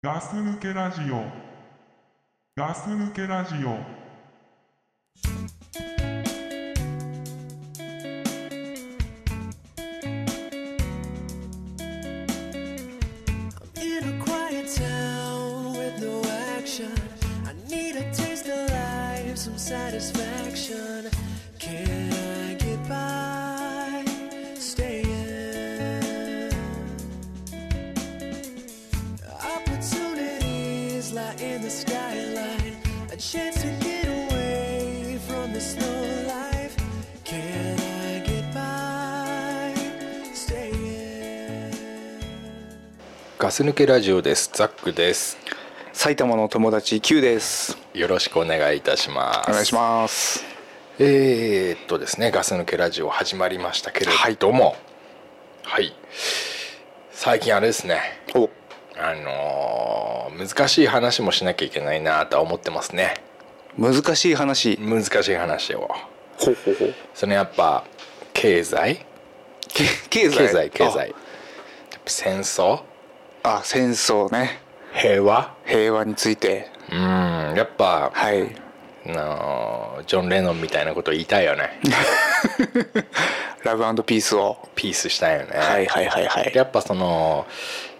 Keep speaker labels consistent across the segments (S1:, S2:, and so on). S1: ガス抜けラジオガス抜けラジオ
S2: In a quiet town with no action, I need a taste of life, some satisfaction. Can I get by staying? Opportunities lie in the skyline, a chance to get away from the slow life. Can I get by staying?
S3: ガス抜けラジオです。ザックです。
S4: 埼玉の友達 Q です。
S3: よろしくお願いいたします。
S4: お願いします。
S3: す。えー、っとですね、ガス抜けラジオ始まりましたけれども、はい、最近あれですね、
S4: お、
S3: あのー難しい話もしなきゃいけないなとは思ってますね。
S4: 難しい話。
S3: 難しい話を。
S4: ほうほうほう。
S3: そのやっぱ経済、
S4: け経済
S3: 経済、経済。やっぱ戦争、
S4: あ。あ戦争ね。
S3: 平和。
S4: 平和について。
S3: うん、やっぱ、
S4: はい。
S3: あのージョンレノンみたいなこと言いたいよね。
S4: ラブピースを。
S3: ピースしたいよね。
S4: はいはいはいはい。
S3: やっぱその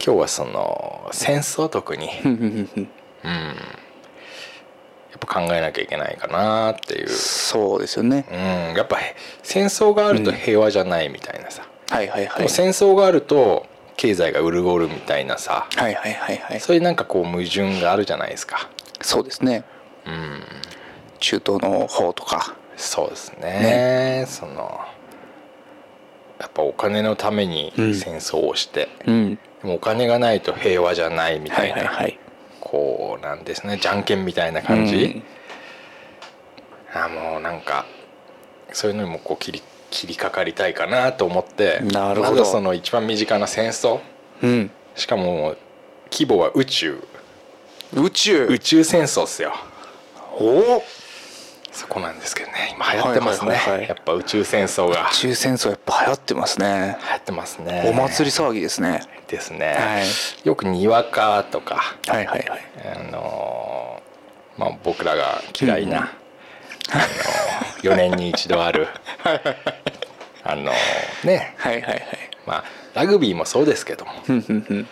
S3: 今日はその戦争特に
S4: ふんふんふんふん
S3: やっぱ考えなきゃいけないかなっていう、
S4: そうですよね
S3: う。ん、やっぱへ戦争があると平和じゃないみたいなさ、
S4: はいはいは
S3: で
S4: い。
S3: も戦争があると経済が潤るみたいなさ
S4: はいはいはいはい。
S3: そういうなんかこう矛盾があるじゃないですか
S4: そうですね。中東の方とか。
S3: そうですねそのやっぱお金のために戦争をして、
S4: うん。
S3: でもお金がないと平和じゃないみ
S4: は
S3: たい
S4: い
S3: な、
S4: はいはい。
S3: こうなんですねじゃんけんみたいな感じ、
S4: うん
S3: あもうなんかそういうのにもこう切り切りかかりたいかなと思って
S4: なるほど
S3: まずその一番身近な戦争
S4: うん。
S3: しかも規模は宇宙
S4: 宇宙。
S3: 宇宙戦争っすよ
S4: お。宇
S3: そこなんですけどね今流行ってますね、
S4: はいはいはいはい
S3: やっぱ宇宙戦争が
S4: 宙戦争やっぱ流行ってますね。
S3: 流行ってますね
S4: お祭り騒ぎですね。
S3: りですね、
S4: はい
S3: よくにわかとか
S4: はいはいはい。
S3: あのーまあ、僕らが嫌いな、あの4年に一度あるあのーね
S4: はいはいはい。
S3: まあラグビーもそうですけども、
S4: ふんふんふん。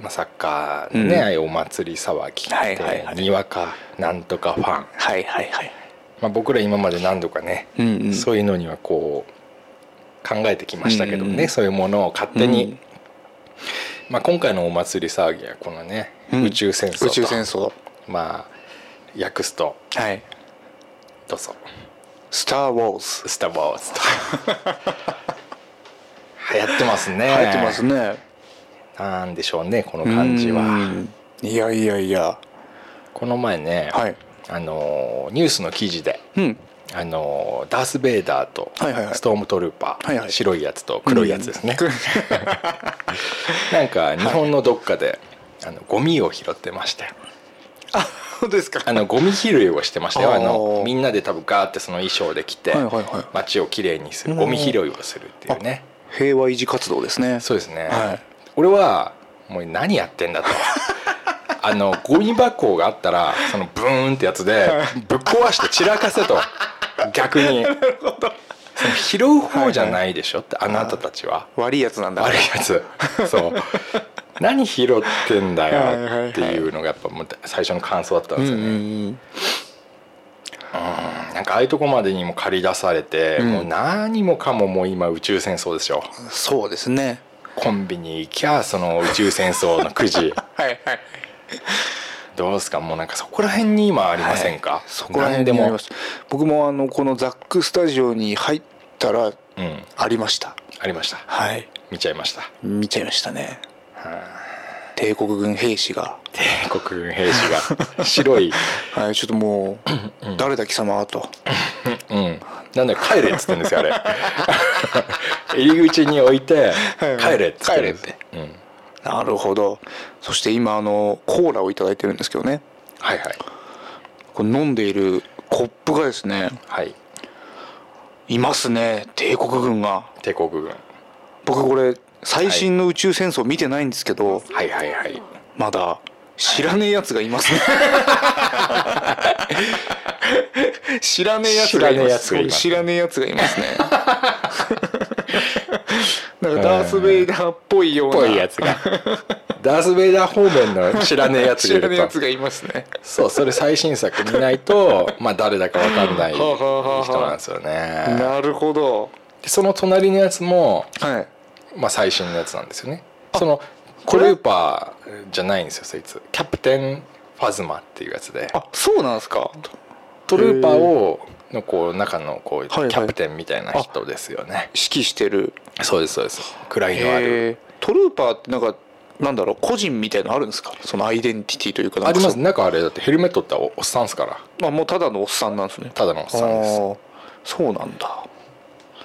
S3: まあ、サッカーのね、
S4: うん
S3: ああいうお祭り騒ぎって、
S4: はいはいはい
S3: にわかなんとかファン、
S4: はいはいはい。
S3: まあ、僕ら今まで何度かね、
S4: うんうん
S3: そういうのにはこう考えてきましたけどね、
S4: うんうん
S3: そういうものを勝手に、
S4: うん
S3: まあ、今回のお祭り騒ぎはこのね、
S4: うん
S3: 宇宙戦争と
S4: 宇宙戦争。
S3: まあ訳すと
S4: はい。
S3: どうぞ
S4: スター・ウォーズ。
S3: スター・ウォーズ と流行ってますね
S4: 流行ってますね。
S3: なんでしょうねこの感じは
S4: うん。いやいやいや。
S3: この前ね、
S4: はい。
S3: あのニュースの記事で
S4: うん。
S3: あのダース・ベイダーと
S4: はいはいはい
S3: ストームトルーパー、
S4: はいはい
S3: 白いやつと黒いやつですね、 なんか日本のどっかで、あのゴミを拾ってましたよ
S4: 本当ですか。
S3: あのゴミ拾いをしてましたよあ
S4: あ
S3: の
S4: ー
S3: みんなで多分ガーってその衣装で来て、
S4: はいはいはい
S3: 街をきれいにするゴミ拾いをするっていうね
S4: 平和維持活動ですね。
S3: そうですね、
S4: はい
S3: 俺はもう何やってんだと あのゴミ箱があったらそのブーンってやつでぶっ壊して散らかせと逆 にその拾う方じゃないでしょってあなたたちは
S4: 悪いやつなんだ。
S3: 悪いやつ そう何拾ってんだよっていうのがやっぱもう最初の感想だったんですよね、
S4: うん
S3: なんかああいうとこまでにも借り出されて、もう何もかももう今宇宙戦争ですよ
S4: うん。そうですね。
S3: コンビニ行きゃその宇宙戦争のくじ
S4: はいはい。
S3: どうですかもうなんかそこら辺に今ありませんか、
S4: そこら辺で
S3: 何
S4: もあります。僕もあのこのザックスタジオに入った
S3: う
S4: ら
S3: ん
S4: ありました。
S3: ありました
S4: はい。
S3: 見ちゃいました
S4: 見ちゃいましたね。帝国軍兵士 が。
S3: 帝国軍兵士が 白い
S4: はい、ちょっともう誰だ貴様と。
S3: うんなんだよ帰れっつってんですよあれ 入り口に置いて帰れっつってるんです
S4: 帰れ
S3: うん、
S4: なるほど。そして今あのコーラをいただいてるんですけどね。
S3: はいはい
S4: これ飲んでいるコップがですね、
S3: はい
S4: いますね。帝国軍が。
S3: 帝国軍は
S4: 僕これ最新の宇宙戦争見てないんですけど、
S3: いはいはい
S4: まだ知らねえやつがいますね知らねえやつがいます
S3: 知
S4: 知
S3: ら
S4: らねえやつが いますねなんかダース・ベイダーっぽいような
S3: ぽいやつが ダース・ベイダー方面の知らねえやつ
S4: 知
S3: がい
S4: らねえや
S3: る
S4: つ
S3: と
S4: がいますね
S3: そうそれ最新作見ないと まあ誰だかわかんない
S4: はあはあはあはあ
S3: 人なんですよね
S4: なるほど
S3: でその隣のやつも
S4: はい
S3: まあ最新のやつなんですよねそのクルーパーじゃないんですよそいつキャプテン・ファズマっていうやつで
S4: あそうなんですか
S3: トルーパーをのこう中のこうキ
S4: はいはい
S3: ャプテンみたいな人ですよね、
S4: 指揮してる
S3: そうですそうです位のある、
S4: えートルーパーってなんかなんだろう個人みたいのあるんですかそのアイデンティティというかなん
S3: あ
S4: か
S3: り
S4: そ
S3: ますなんかあれだってヘルメットっておおっさんっすから
S4: まあもうただのおっさんなんですね
S3: ただのおっさんです
S4: あーそうなんだ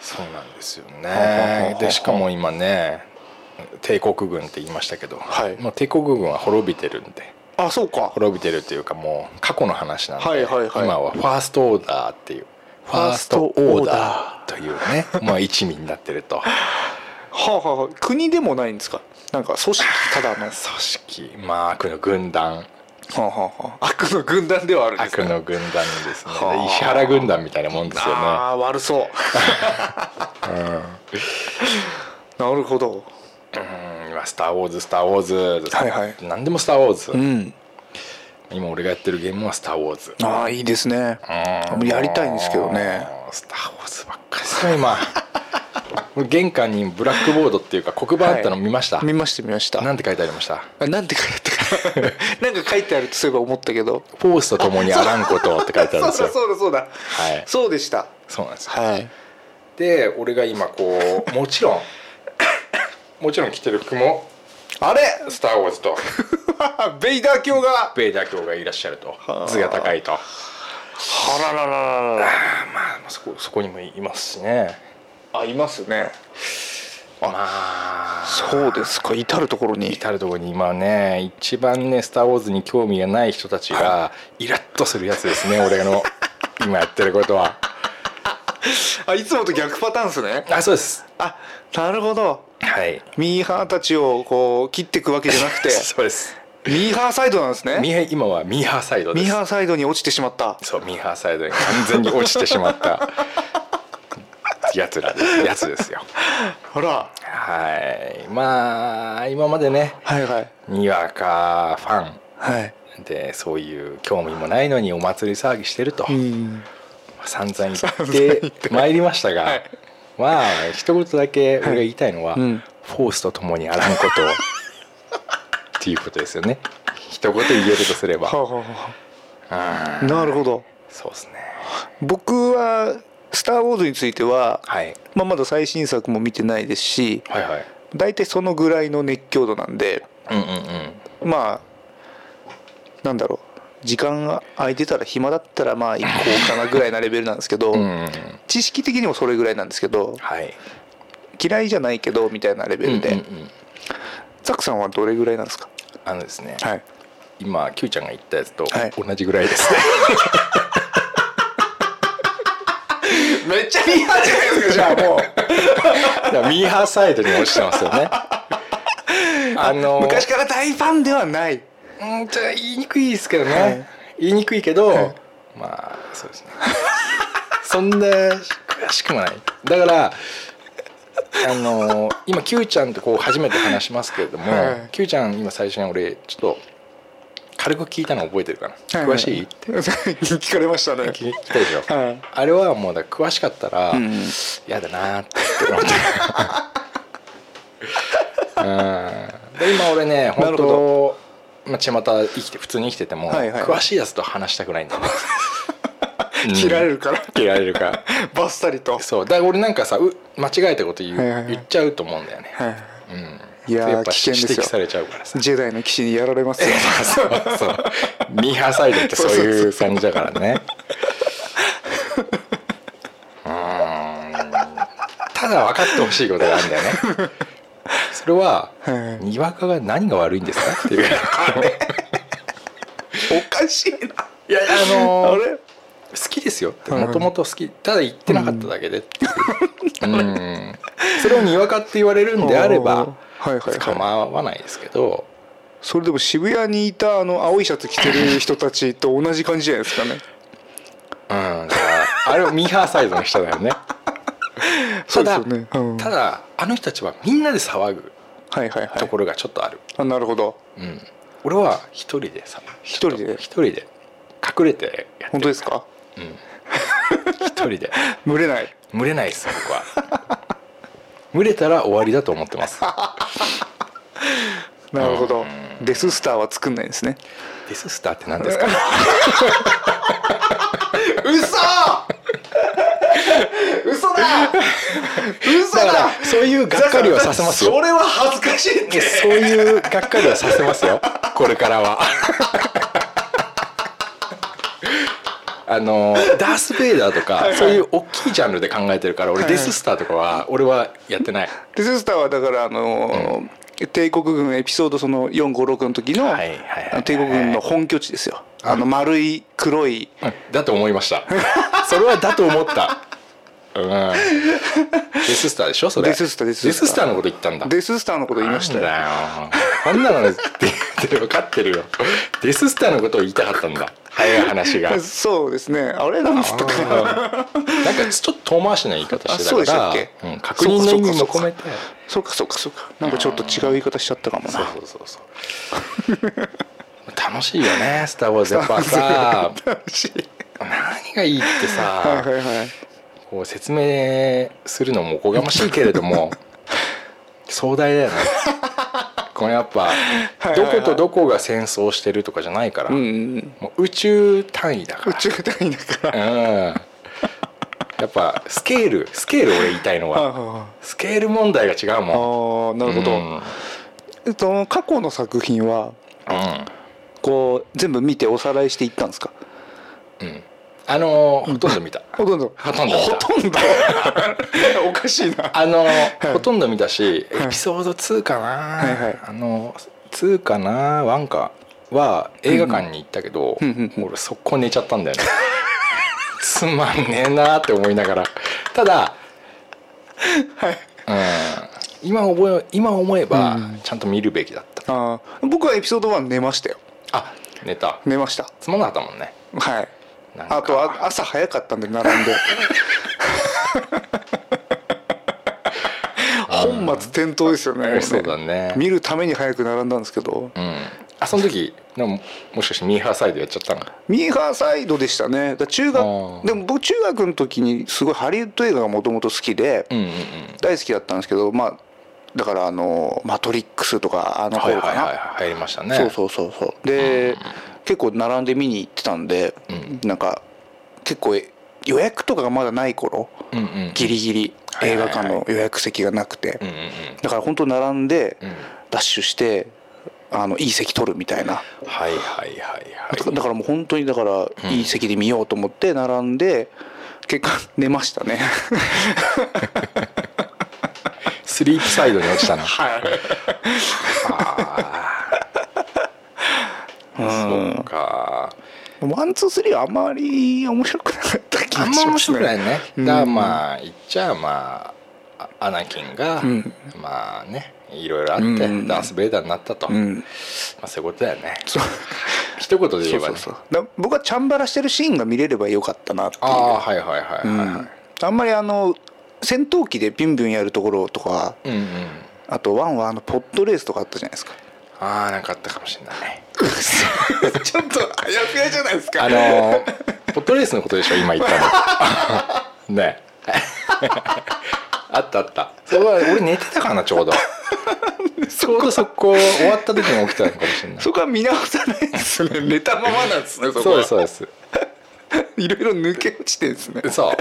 S3: そうなんですよ
S4: は
S3: ね
S4: は。
S3: でしかも今ね帝国軍って言いましたけど、
S4: はい
S3: もう帝国軍は滅びてるんで
S4: あそうか
S3: 滅びてるっていうかもう過去の話なんで、
S4: はいはいはい
S3: 今はファーストオーダーっていうファーストオーダーというねまあ一味になってると
S4: はあはあはあ国でもないんですかなんか組織ただの、は
S3: 組織まあ悪の軍団
S4: あはあはあ悪の軍団ではあるんです
S3: 悪
S4: ね
S3: の軍団ですね
S4: はあ
S3: で石原軍団みたいなもんですよね
S4: ああ悪そう なるほど
S3: うん今「スター・ウォーズ」「スター・ウォーズ」
S4: はいはい
S3: 何でも「スター・ウォーズ」
S4: うん
S3: 今俺がやってるゲームは「スター・ウォーズ」
S4: ああいいですね
S3: うん
S4: やりたいんですけどね
S3: もうスター・ウォーズばっかりですね今俺玄関にブラックボードっていうか黒板あったの見ました、
S4: 見ました見ました
S3: な
S4: なん
S3: て書いてありました
S4: んて書いてあったかなんか書いてあるとそういえば思ったけど
S3: 「フォースと共にあらんこと」って書いてあるんです
S4: そ
S3: よ
S4: うだそうだそうだ、
S3: はい
S4: そうでした
S3: そうなんですよ
S4: はい
S3: で俺が今こうもちろん もちろん着てる服も
S4: あれ
S3: 「スター・ウォーズ」と
S4: ベイダー教が
S3: ベイダー教がいらっしゃると図が高いと
S4: あららららら
S3: まあそこそこにもいますしね
S4: あいますね
S3: まあ
S4: そうですか至る所に
S3: 至る所に今ね一番ね「スター・ウォーズ」に興味がない人たちがイラッとするやつですね俺 の今やってることは
S4: あいつもと逆パターンですね
S3: あそうです
S4: あなるほど
S3: はい
S4: ミーハーたちをこう切っていくわけじゃなく て
S3: そうです
S4: ミーハーサイドなんですね
S3: ミーハー今はミーハーサイドで
S4: ミ
S3: す
S4: ーハーサイドに落ちてしまった
S3: そうミーハーサイドに完全に落ちてしまったやつらですやつですよ
S4: ほら
S3: はいまあ今までね
S4: はいはい
S3: にわかファン
S4: はい
S3: でそういう興味もないのにお祭り騒ぎしてると、
S4: うん
S3: 散々言
S4: 々
S3: っ
S4: 言
S3: て参りましたが、
S4: はい
S3: まあ一言だけ俺が言いたいのは、
S4: うん
S3: フォースと共にあらんことをっていうことですよね一言言えるとすれば
S4: はあ、はあは
S3: あ
S4: あ、なるほど
S3: そうですね
S4: 僕は「スター・ウォーズ」については、
S3: はい
S4: まあ、まだ最新作も見てないですし
S3: はいはい
S4: 大体そのぐらいの熱狂度なんで
S3: うんうんうん
S4: まあなんだろう時間が空いてたら暇だったらまあ行こうかなぐらいなレベルなんですけど、
S3: うんうんうん
S4: 知識的にもそれぐらいなんですけど
S3: はい
S4: 嫌いじゃないけどみたいなレベルで、
S3: うんうんうん
S4: ザクさんはどれぐらいなんですか
S3: あのですね、
S4: はい
S3: 今 Q ちゃんが言ったやつと
S4: はい
S3: 同じぐらいですね、
S4: めっちゃミーハーじゃないです か じゃあもう
S3: だからミーハーサイドに落ちてますよ ねあの
S4: 昔から大ファンではない
S3: うんじゃあ言いにくいですけどね、
S4: はい
S3: 言いにくいけど、
S4: はい
S3: まあそうですね そんな悔しくもないだからあの今 Q ちゃんとこう初めて話しますけれども、
S4: はい
S3: Q ちゃん今最初に俺ちょっと軽く聞いたの覚えてるかな、詳しいって
S4: 聞かれましたね
S3: 聞いたでしょ、
S4: はい
S3: あれはもうだから詳しかったら
S4: ん
S3: 嫌だなーって思って うんで今俺ね
S4: な
S3: 本
S4: るほど
S3: 当まあ巷生きて普通に生きてても、
S4: はいはい
S3: 詳しいやつと話したくないんだ よね
S4: 切られるから
S3: 切られるから
S4: バッサリと
S3: そうだから俺なんかさう間違えたこと言う、
S4: はいはいはい
S3: 言っちゃうと思うんだよね、
S4: いやー
S3: やっぱ
S4: 危険です
S3: 指
S4: よ
S3: 摘されちゃうからさ
S4: ジェダイの騎士にやられますよ
S3: そうそうミーハーサイドってそういう感じだからね うーんただ分かってほしいことがあるんだよねそれは、
S4: はい
S3: にわかが何が悪いんですかっていう
S4: おかしいない
S3: やあの
S4: あ
S3: ー好
S4: れ
S3: きですよって
S4: はい
S3: もともと好きただ言ってなかっただけでっていううんそれをにわかって言われるんであれば
S4: はいはいはい
S3: 構わないですけど
S4: それでも渋谷にいたあの青いシャツ着てる人たちと同じ感じじゃないですかね
S3: うん、だからあれはミーハーサイズの人だよ ね
S4: そ
S3: た
S4: うです
S3: だ
S4: よねうん
S3: ただあの人たちはみんなで騒ぐ
S4: はいはいは
S3: と
S4: い
S3: ころがちょっとある、
S4: あなるほど
S3: うん、俺は一人でさ
S4: 一人で
S3: 一人で隠れてやって
S4: 本
S3: る
S4: 当ですか
S3: 一人 で
S4: 群れない
S3: 群れないです僕は群れたら終わりだと思って ます
S4: なるほどデススターは作んないんですね
S3: デススターって何です か
S4: 嘘だ嘘
S3: だからそういうがっかりはさせますよ
S4: れは恥ずかしいっ
S3: いやそういうがっかりはさせますよこれからはあのダース・ベイダーとかそういう大きいジャンルで考えてるから俺デススターとかは俺はやってない
S4: デススターはだからあのー帝国軍エピソードその456の時の
S3: はいはいはいはい
S4: あの帝国軍の本拠地ですよあの丸い黒い
S3: だと思いましたそれはだと思ったうんデススターでしょそれ
S4: デススターデススター
S3: デススターのこと言ったんだ
S4: デススターのこと言いましたよ
S3: なんだよこんなのねって分かってるよデススターのことを言いたかったんだ早い話 が
S4: そうですねあれなんつったかな
S3: なんかちょっと遠回しな言い方してたから
S4: あそうでしたっけ
S3: うん、確認の意味も込めて
S4: そうかそうかそうかなんかちょっと違う言い方しちゃったかも
S3: そう
S4: な
S3: そうそうそう楽しいよ ね「スター・ウォーズ」やっぱさ
S4: 楽しい
S3: 何がいいってさ、
S4: はいはいはい
S3: こう説明するのもおこがましいけれど も壮大だよねこれやっぱ
S4: いはい
S3: どことどこが戦争してるとかじゃないから、
S4: うんうん
S3: もう宇宙単位だか
S4: 宇宙単位だから
S3: ら、うん、やっぱスケールスケール俺言いたいの
S4: あ
S3: はスケール問題が違う
S4: あ
S3: もん
S4: ーなるほど、
S3: うん
S4: えっと過去の作品は
S3: うん
S4: こう全部見ておさらいしていったんですか
S3: あのーほとんど見た
S4: ほとんど
S3: ほとんど見た
S4: ほと んどおかしいな
S3: あのーほとんど見たし
S4: はい
S3: エピソード2かな、
S4: いはい
S3: あのー2かな1かは映画館に行ったけど、
S4: うんうんうん
S3: 俺速攻寝ちゃったんだよね つまんねえなーって思いながらただ、うん、今覚え今思えばちゃんと見るべきだった、
S4: あー僕はエピソード1寝ましたよ
S3: あ寝た
S4: 寝ました
S3: つまんなかったもんね
S4: はい
S3: なんか
S4: あとあ朝早かったんで並 んで本末転倒ですよね
S3: そうだね
S4: 見るために早く並んだんですけど、
S3: うんあその時なんかもしかしてミーハーサイドやっちゃったの
S4: ミーハーサイドでしたねだから中
S3: あ
S4: 学
S3: ー
S4: でも僕中学の時にすごいハリウッド映画がもともと好きで、
S3: うんうんうん
S4: 大好きだったんですけどまあだからあの「マトリックス」とかあの
S3: はい
S4: 頃
S3: はいはい
S4: かな、
S3: はい入りましたね
S4: そうそうそうそうで、結構並んで見に行ってたんで、なんか結構え予約とかがまだない頃、
S3: うんうん
S4: ギリギリ
S3: はい
S4: 映
S3: はいは
S4: 画
S3: い
S4: 館の予約席がなくて、
S3: うんうんうん
S4: だから本当並んで、
S3: ん
S4: ダッシュしてあのいい席取るみたいな、
S3: はいはいはいはい
S4: だからもう本当にだからいい席で見ようと思って並んで結果 寝ました ね
S3: スリープサイドに落ち たな
S4: はい
S3: そうか
S4: ワンツースリーはあまり面白くなかった気
S3: あん
S4: が
S3: ま
S4: し
S3: 面
S4: ます
S3: 白
S4: ね
S3: くないねだか
S4: う
S3: ら
S4: ん
S3: まあ言っちゃまああアナキンが
S4: ん
S3: まあねいろいろあっ
S4: うんう
S3: て
S4: ん
S3: ダース・ベイダーになったと
S4: う
S3: ま
S4: ん
S3: あそういうことだよね 一言で言
S4: そ
S3: え
S4: う
S3: ば
S4: そ
S3: ね
S4: うそうだ僕はチャンバラしてるシーンが見れればよかったなっていう
S3: ああはいはいはい
S4: うん
S3: はいは
S4: あんまりあの戦闘機でビュンビュンやるところとか
S3: いうんうん
S4: あとワンはあのポットレースとかあったじゃないですか
S3: ああなんかあったかもしれない
S4: ちょっとあやふやじゃないですか
S3: あのーポットレースのことでしょ今言った のねあったあったそれは俺寝てたかなちょう どちょうど速攻終わった時に起きたのかもしれない
S4: そこは見直さないです ね寝たままなんですねそこ
S3: そう
S4: は
S3: ですそうです
S4: いろいろ抜け落ちてんですね
S3: そ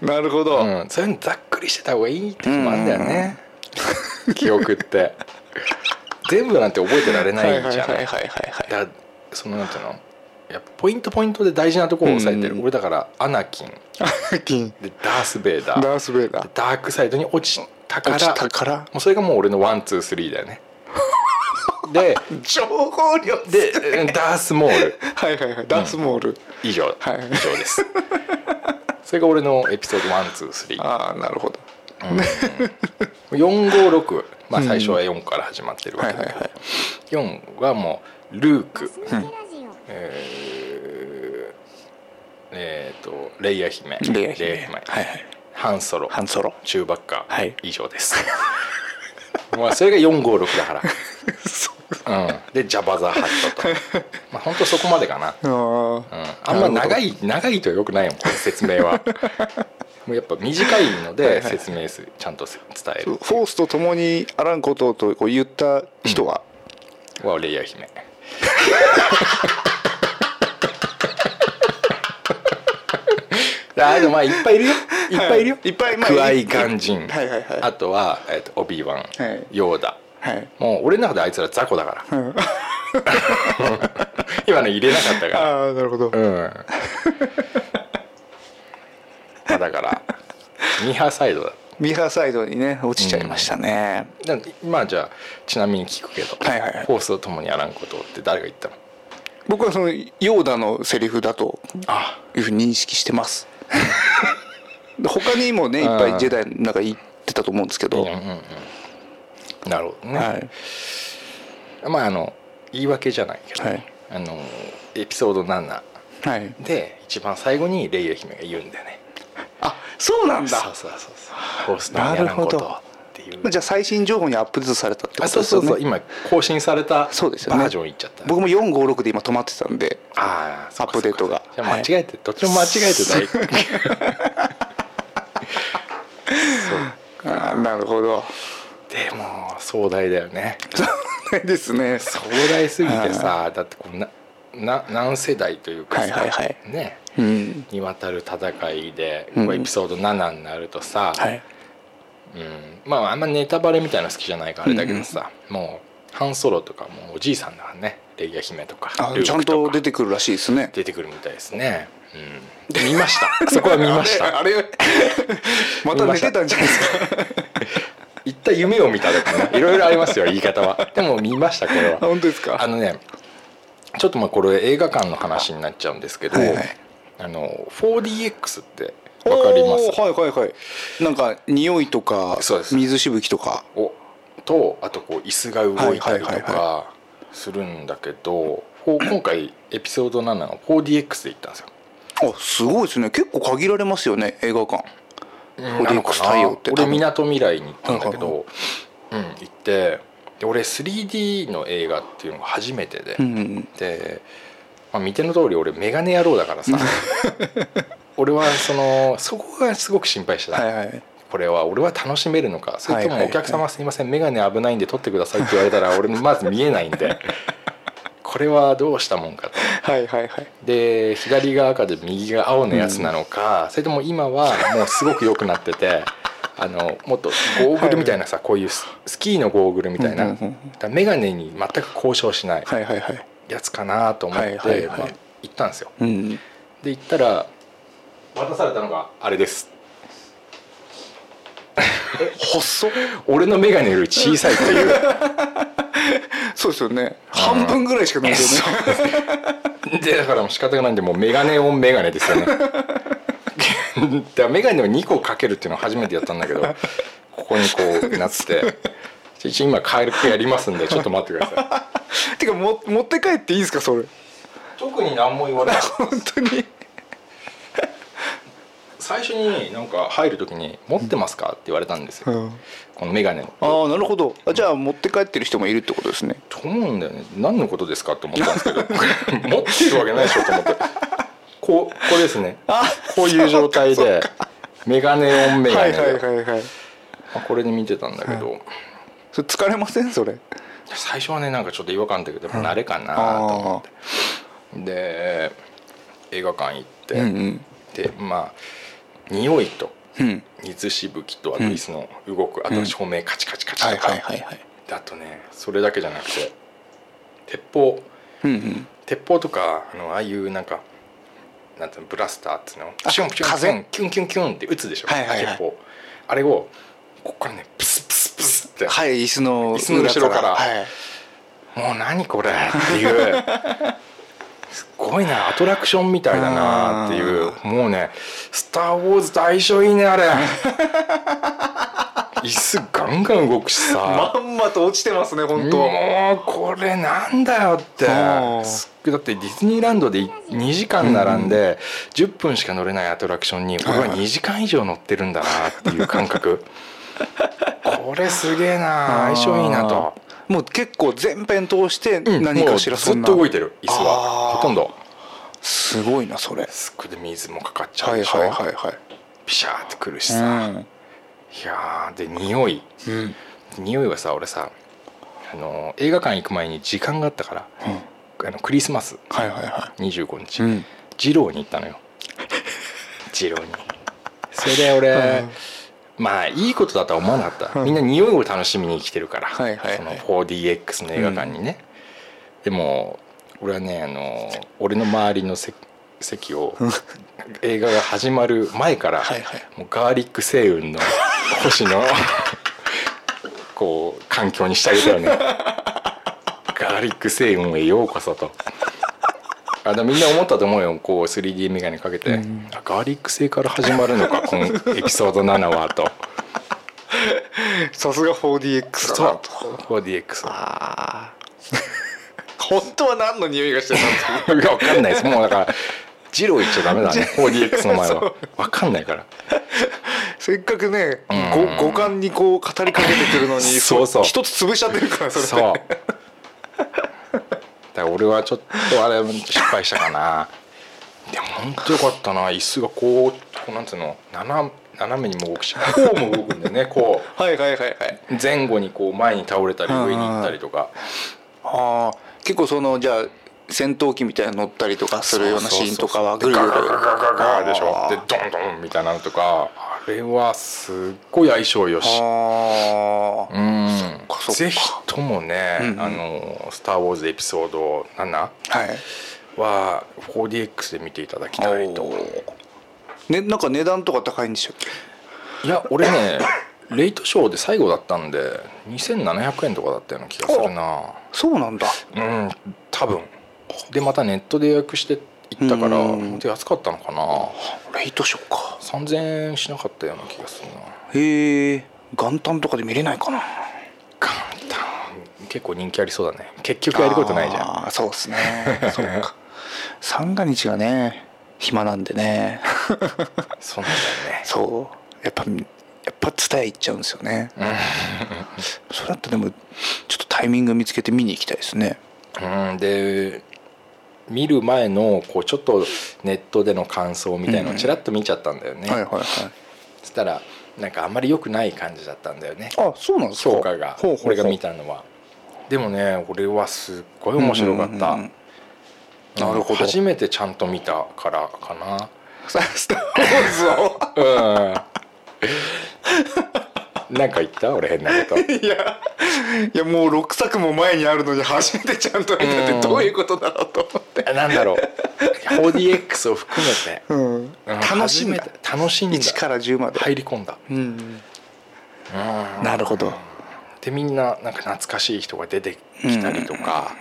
S3: う、
S4: なるほど、
S3: うん、そういうのざっくりしてた方がいいってもあるんだよね記憶って 全部なんて覚えてられないじゃない
S4: はいはい
S3: だからそのなんていうのやっぱポイントポイントで大事なところを押さえてる、俺だからアナキン
S4: はい金
S3: でダース・ベイダー
S4: ダース・ベイダー
S3: でダークサイドに落ちたから
S4: 落ちたから
S3: もうそれがもう俺のワンツースリーだよね で
S4: 情報量
S3: でダースモール
S4: はいはいはいダースモール、
S3: 以上、
S4: はい
S3: 以上ですそれが俺のエピソードワンツースリー
S4: ああなるほど
S3: 456まあ、最初は4から始まってるわけだけ
S4: はいはい
S3: ど、4はもうルーク、
S5: ガス抜けラジオ
S3: えーえーとレイヤ姫
S4: レイヤ姫
S3: はいハンソロ
S4: ハンソロ
S3: チューバッカ、
S4: はい
S3: 以上です まあそれが456だから、うん、でジャバザハッ トとまあ本当そこまでかな、
S4: あ
S3: うん
S4: あ、
S3: あんま長い長いとよくないよこの説明 はもうやっぱ短いので説明すちゃんと伝え
S4: フ
S3: る
S4: ォースとともにあらんことをとこう言った人は、
S3: はレイヤ姫 あでもまあいっぱいいるよいっぱいいるよ、
S4: いっぱいまあ
S3: クワイガン人、
S4: はいはいはい
S3: あとは、えっとオビーワン、
S4: い
S3: ヨーダ
S4: はい
S3: もう俺の中であいつら雑魚だから、 今の入れなかったから
S4: ああなるほど、
S3: うんまあだからミーハーサイドだ
S4: ミーハーサイドにね落ちちゃいましたね、
S3: だまあじゃあちなみに聞くけど、
S4: はいはいはい
S3: フォースと共にあらんことって誰が言ったの
S4: 僕はそのヨーダのセリフだと
S3: あ
S4: いうふうに認識してます で他にもねいっぱいジェダイなんか言ってたと思うんですけど、
S3: うんうんうんなるほどね、
S4: はい
S3: まああの言い訳じゃないけど、
S4: はい
S3: あのエピソード7
S4: はい
S3: で一番最後にレイヤ姫が言うんだよね
S4: あそうなん
S3: そう
S4: だ
S3: そうそうそうフォースと共にあらんことっていう
S4: じゃあ最新情報にアップデートされたってこ
S3: あ
S4: と
S3: そう
S4: です
S3: そ
S4: よ
S3: う
S4: ね
S3: そう今更新されたバ
S4: そうですよね
S3: ージョンいっちゃった
S4: 僕も456で今止まってたんで
S3: ああ
S4: アップデートが
S3: じゃあ間違えて、どっちも間違えてない
S4: あーなるほど
S3: でも壮大だよね
S4: ですね
S3: 壮大すぎてさだってこんなな何世代というかさ、
S4: はいはいは
S3: ね
S4: うん
S3: にわたる戦いで、
S4: うん
S3: こうエピソード7になるとさ、
S4: はい
S3: うん、まああんまネタバレみたいなの好きじゃないからあれだけどさ、もうハンソロとかもうおじいさんだからねレイヤ姫とか
S4: あ
S3: ルーク
S4: ちゃんと
S3: か
S4: 出てくるらしいですね
S3: 出てくるみたいですね、うん、見ました そこは見ました
S4: あれあれ また寝てたんじゃないですか
S3: 一体夢を見たとかねいろいろありますよ言い方はでも見ましたこれは
S4: あ 本当ですか
S3: あのねちょっとまあこれ映画館の話になっちゃうんですけど、
S4: はいはい
S3: あの 4DX ってわかります
S4: おーはいはいはいなんか匂いとか
S3: そうです
S4: 水しぶきとか
S3: おとあとこう椅子が動いたり
S4: はいはいは
S3: と
S4: い
S3: かするんだけどこう今回エピソード7の 4DX で行ったんですよ。
S4: あすごいですね結構限られますよね映画館
S3: うんなのか
S4: 4DX 対応って多分
S3: 俺みなとみらいに行ったんだけ
S4: はい
S3: ど、うん、行ってで俺 3D の映画っていうのが初めてで、
S4: うん
S3: で、まあ、見ての通り俺メガネ野郎だからさ俺はそのそこがすごく心配してた、
S4: はいはい
S3: これは俺は楽しめるのかそれと
S4: はい
S3: も
S4: はいは
S3: お
S4: い
S3: 客様すいません眼鏡危ないんで取ってくださいって言われた ら俺まず見えないんでこれはどうしたもんかと
S4: はいはいはい
S3: で左が赤で右が青のやつなのか、それとも今はもうすごく良くなってて あのもっとゴーグルみたいなさこういうススキーのゴーグルみたいな、
S4: うんうんうん
S3: だから眼鏡に全く交渉しない
S4: はいはいはい
S3: やつかなと思って、
S4: はいはいはい
S3: まあ行ったんですよ。
S4: うん
S3: で行ったら渡されたのがあれです
S4: 細っ
S3: 俺の眼鏡より小さいっていう
S4: そうですよね半分ぐらいしかないですよね
S3: でだからもう仕方がないんでもうメガネオンメガネですよ ねだからメガネを2個かけるっていうのを初めてやったんだけどここにこうなっててちょ一応今軽くやりますんでちょっと待ってください
S4: てかも持って帰っていいですかそれ
S3: 特に何も言わない
S4: 本当に
S3: 最初になんか入る時に「持ってますか?」って言われたんですよ、
S4: うん
S3: このメガネを
S4: ああなるほどあじゃあ持って帰ってる人もいるってことですね
S3: と思うんだよね何のことですかって思ったんですけど 持ってるわけないでしょと思ってこうこれですねこういう状 態でメガネオンメガネで、
S4: いはい
S3: まあこれで見てたんだけど、
S4: それ疲れませんそれ
S3: 最初はねなんかちょっと違和感だけどやっぱ慣れかなと思
S4: あ
S3: って、で映画館行って、
S4: あうんうん
S3: でまあ匂いと
S4: うん
S3: 水しぶきとあと椅子の動く、あと照明カチカチカチ
S4: はい
S3: とか、
S4: はいはいはい
S3: であとねそれだけじゃなくて鉄砲
S4: うんうん
S3: 鉄砲とかあのああいうなんかなんていうのブラスターっつうの
S4: あ
S3: プシュンプシュン
S4: 風
S3: キュンキュンキュンって打つでしょ、
S4: はいはいはい
S3: 鉄砲あれをここからねプスプスプスって
S4: はい椅子の
S3: 椅子の後ろから
S4: はい
S3: もう何これっていう すごいなアトラクションみたいだなっていうもうね「スター・ウォーズ」と相性いいねあれ 椅子ガンガン動くしさ
S4: まんまと落ちてますね本当
S3: もうこれなんだよって
S4: うん
S3: すっごいだってディズニーランドで2時間並んで10分しか乗れないアトラクションに俺は2時間以上乗ってるんだなっていう感覚これすげえな相性いいなと
S4: もう結構全編通して
S3: うん
S4: 何かし
S3: も
S4: ら
S3: うず
S4: そん
S3: っ
S4: な、
S3: と動いてる椅子は
S4: あー
S3: ほとんど
S4: すごいなそれ
S3: すっごいで水もかかっちゃう
S4: はい
S3: でしょ
S4: はいはいはい
S3: ピシャーってくるしさ
S4: う
S3: い
S4: ん
S3: やーで匂い
S4: うん
S3: 匂いはさ俺さあの映画館行く前に時間があったから、あのクリスマス
S4: はいはいは
S3: 25日、
S4: いうん
S3: 二郎に行ったのよ二郎にそれで俺、まあいいことだとは思わなかった、みんな匂いを楽しみに来てるから、
S4: はいはいはい
S3: その 4DX の映画館にね、でも俺はねあの俺の周りの席席を映画が始まる前から、
S4: はいはい
S3: もうガーリック星雲 の星のこう環境にしてあげたよねガーリック星雲へようこそと。あでもみんな思ったと思うよこう 3D 眼鏡かけて、あガーリック星から始まるのかこのエピソード7は と
S4: さすが 4DX だなと
S3: 4DX
S4: ああ 本当は何の匂いがしてたんですか
S3: いやわかんないですもうだからジロー言っちゃダメだね 4DX の前はわかんないから
S4: せっかくね、
S3: うん
S4: ご五感にこう語りかけてくるのに
S3: そうそう
S4: 一つ潰しちゃってるからそれ
S3: そうだから俺はちょっとあれ失敗したかなでも本当よかったな椅子がこうこうなんつうの斜斜めにも動くしこうも動くんだよねこう
S4: はいはいはいはい
S3: 前後にこう前に倒れたり上に行ったりとか。
S4: ああ結構そのじゃあ戦闘機みたいなの乗ったりとかするようなシーンとかはぐるぐる
S3: ガガガガガガでしょでドンドンみたいなのとかあれはすっごい相性よし
S4: あ
S3: う
S4: あ
S3: ん
S4: かそっか
S3: ぜひともね「あのスター・ウォーズ」エピソード7
S4: はい
S3: は 4DX で見ていただきたいと
S4: ねなんか値段とか高いんでしたっけ
S3: いや俺ね レイトショーで最後だったんで2700円とかだったような気がするな
S4: そうなんだ
S3: うん多分でまたネットで予約して行ったから
S4: うん
S3: 本当安かったのかな
S4: レイトショーか
S3: 3000円しなかったような気がするな
S4: へえ元旦とかで見れないかな
S3: 簡単結構人気ありそうだね結局やることないじゃん
S4: んそうですねそうか三が日がね暇なんでね
S3: そうなんだよね
S4: そうやっぱやっぱ伝え行っちゃうんですよねそれだったらでもちょっとタイミング見つけて見に行きたいですね
S3: うんで見る前のこうちょっとネットでの感想みたいのをちらっと見ちゃったんだよね、
S4: はいはいはい
S3: そしたらなんかあんまり良くない感じだったんだよね
S4: あそうなんですか
S3: 評価が
S4: ほうほうほう
S3: 俺が見たのはでもね俺はすっごい面白かった、
S4: うんうんうんうんなるほど
S3: 初めてちゃんと見たからかな
S4: スター・ウォーズを
S3: うん。 なんか言った俺変なこと。
S4: いやいやもう6作も前にあるのに初めてちゃんと見たってどういうことだろうと思って、
S3: なんだろう。4DX を含めて、
S4: うん、
S3: うん
S4: 楽しんだ
S3: 初めて楽しんだ。
S4: 1から10まで、
S3: 入り込んだ。
S4: うん、
S3: うん
S4: なるほど
S3: でみんななんか懐かしい人が出てきたりとか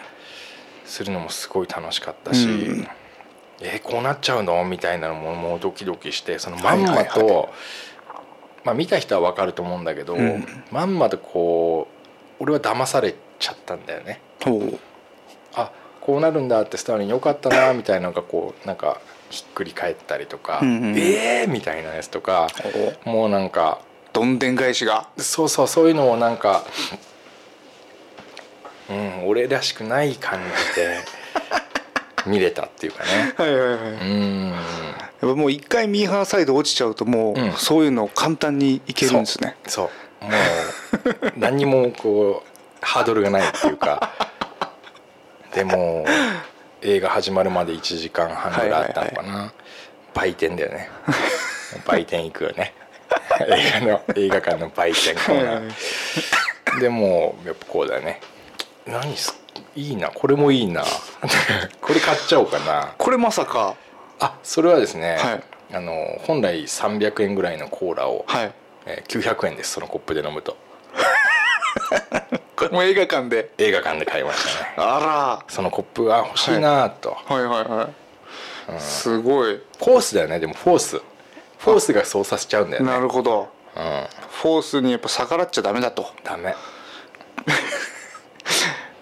S3: するのもすごい楽しかったし、
S4: うん
S3: えーこうなっちゃうのみたいなのももうドキドキしてそのまんまと、
S4: はいはいは
S3: まあ、見た人はわかると思うんだけど、
S4: ん
S3: まんまとこう俺は騙されちゃったんだよね。
S4: ほう
S3: あこうなるんだってスターリンよかった なみたいなのがこうなんかひっくり返ったりとか、
S4: うんうん
S3: ええーみたいなやつとかもうなんか
S4: どんでん返しが
S3: そうそうそういうのをなんかうん俺らしくない感じで見れたっていうかね
S4: はいはいはいや
S3: う
S4: っ
S3: ん
S4: ぱもう一回ミーハーサイド落ちちゃうともう、
S3: うん
S4: そういうの簡単にいけるんですね
S3: そうそうもう何にもこうハードルがないっていうかでも映画始まるまで1時間半ぐらいあったのかな、売店だよね売店行くよね映画の映画館の売店コーナー、
S4: はいはい
S3: でもやっぱこうだよね何すいいなこれもいい なこれ買っちゃおうかな
S4: これまさか
S3: あそれはですね、
S4: はい
S3: あの本来300円ぐらいのコーラを、
S4: はい
S3: えー900円ですそのコップで飲むと
S4: これも映画館で
S3: 映画館で買いましたね
S4: あ
S3: そのコップが欲しいなと、
S4: らはいはいはいすごい
S3: フォースだよねでもフォースフォースがそうさせちゃうんだよね
S4: なるほど
S3: うん
S4: フォースにやっぱ逆らっちゃダメだと
S3: ダメ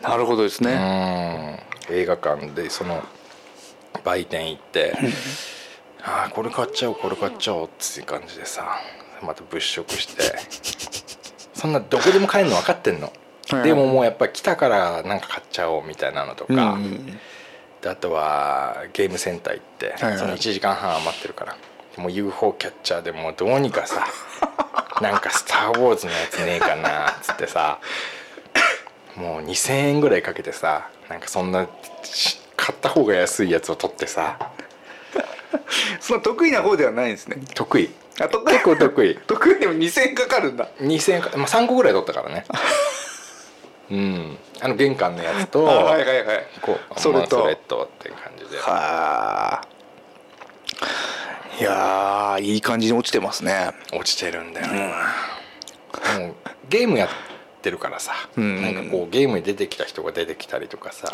S4: なるほどですね、
S3: うん映画館でその売店行って「ああこれ買っちゃおうこれ買っちゃおう」っていう感じでさまた物色してそんなどこでも買えるの分かってんの
S4: はい
S3: でももうやっぱ来たからなんか買っちゃおうみたいなのと
S4: うん
S3: か、であとはゲームセンター行って、
S4: はいはい
S3: その1時間半余ってるからもう UFO キャッチャーでもうどうにか さなんか「スター・ウォーズ」のやつねえかなっつってさもう2,000円ぐらいかけてさなんかそんなし買った方が安いやつを取ってさ
S4: その得意な方ではないんですね
S3: 得意
S4: あ得
S3: 結構得意
S4: 得意でも2000円かかるんだ
S3: 2,000円か、まあ、3個ぐらい取ったから ねうんあの玄関のやつと
S4: あはいはいはい
S3: こう
S4: それと
S3: まあそれとっていう感じで
S4: はあいやーいい感じに落ちてますね
S3: 落ちてるんだよね、もうゲームやってるからさ、
S4: ん
S3: なんかこうゲームに出てきた人が出てきたりとかさ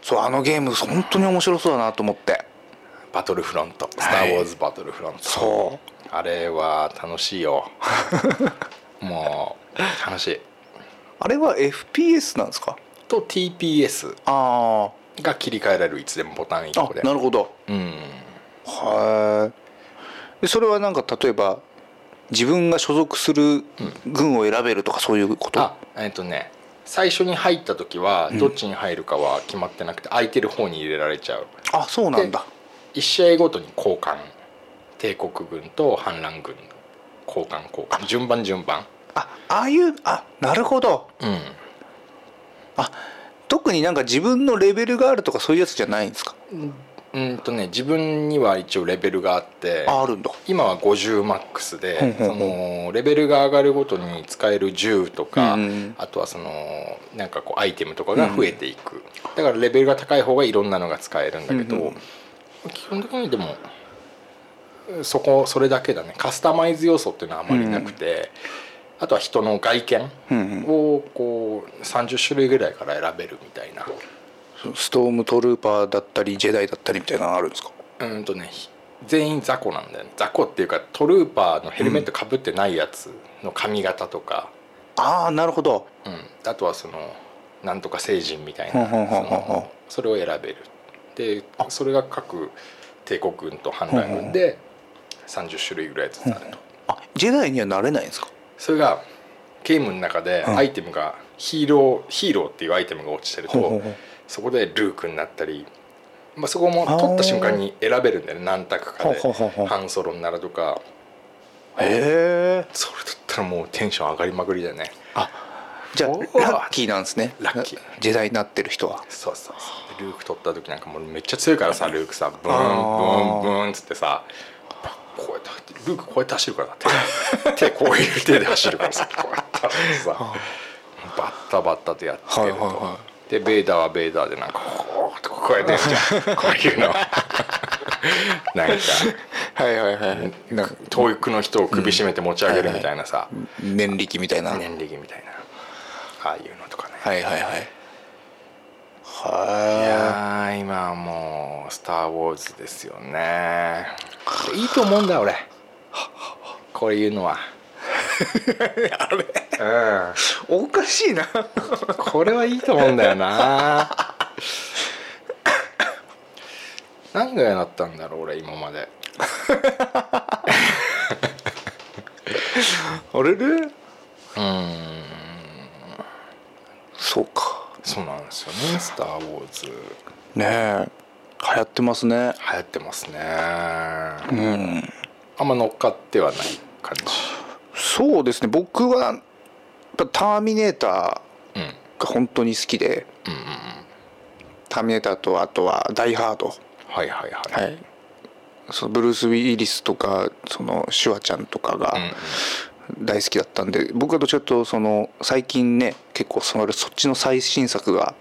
S4: そうあのゲーム本当に面白そうだなと思って
S3: 「バトルフロント」「スタ
S4: はい
S3: ー・ウォーズ・バトルフロント」
S4: そ
S3: あれは楽しい よもう楽しい
S4: あれは FPS なんですか
S3: と TPS
S4: あ
S3: が切り替えられるいつでもボタン1
S4: あ
S3: 個で
S4: なるほど
S3: うん
S4: はいでそれはなんか例えば自分が所属する軍を選べるとかそういうこと、
S3: あえっとね最初に入った時はどっちに入るかは決まってなくて、空いてる方に入れられちゃう
S4: あそうなんだ
S3: 1試合ごとに交換帝国軍と反乱軍交換交換順番順番
S4: あああいうあなるほど
S3: うん
S4: 特になんか自分のレベルがあるとかそういうやつじゃないんですか
S3: うんとね自分には一応レベルがあって
S4: ああるんだ
S3: 今は50マックス
S4: ほん
S3: で
S4: ほん
S3: そ
S4: ほん
S3: のレベルが上がるごとに使える銃とか、
S4: うんうん
S3: あとはそのなんかこうアイテムとかが増えていく、だからレベルが高い方がいろんなのが使えるんだけど、
S4: うんうん
S3: 基本的にでもそこそれだけだねカスタマイズ要素っていうのはあまりなくて、あとは人の外見
S4: うん
S3: をこう30種類ぐらいから選べるみたいな。
S4: うんストームトルーパーだったりジェダイだったりみたいなのあるんですか
S3: うーんとねひ全員雑魚なんだよね雑魚っていうかトルーパーのヘルメットかぶってないやつの髪型とか、
S4: ああなるほど
S3: うんあとはそのなんとか成人みたい
S4: ほ
S3: な、
S4: うほうほう
S3: そ
S4: ほうほう
S3: のそれを選べるでそれが各帝国軍と反乱軍で30種類ぐらいずつあると、
S4: あジェダイにはなれないんですか
S3: それがゲームの中でアイテムがヒーローヒーローっていうアイテムが落ちてると、
S4: ほうほうほう
S3: そこでルークになったり、まあ、そこも取った瞬間に選べるんだよね何択か
S4: ほう
S3: で
S4: ほうほうほう
S3: ハンソロになるとか
S4: へえ
S3: それだったらもうテンション上がりまくりだよね
S4: じゃあ
S3: おー
S4: ラッキーなんですね
S3: ラッキー
S4: ジェダイになってる人は
S3: そうそうそうでルーク取った時なんかもうめっちゃ強いからさルークさブーン
S4: あー
S3: ブーンブーンっつってさこうやって走ってルークこうやって走るからだって 手こういう手で走るからさこうやって走ってさバッタバッタでやってると、
S4: はいはいは
S3: でベーダーはベーダーでなんかこうってこうやってやるじ ゃんこういうの なんか
S4: はいはいはいなんか
S3: 遠くの人を首絞めて持ち上げるみたいなさ、
S4: 念力みたいな、
S3: 年力みたいなああいうのとかね
S4: はいはいはい
S3: い
S4: は
S3: やー今はもう「スター・ウォーズ」ですよねいいと思うんだ俺こういうの はあれ
S4: いおかしいな
S3: うんこれはいいと思うんだよな何が嫌だったんだろう俺今ま で
S4: あれれ
S3: うーん
S4: そうか
S3: そうなんですよね「スター・ウォーズ」
S4: ねえ流行ってますね
S3: 流行ってますね
S4: うん
S3: あんま乗っかってはない感
S4: そうですね僕はやっぱターミネータ
S3: じうん
S4: ーが本当に好きで
S3: うんうんうん
S4: ターミネーターとあとは「ダイ・ハード
S3: はいはいは」い、
S4: はいそのブルース・ウィリスとかそのシュワちゃんとかが
S3: うんうん
S4: 大好きだったんで僕はどっちかというとその最近ね結構そのそっちの最新作が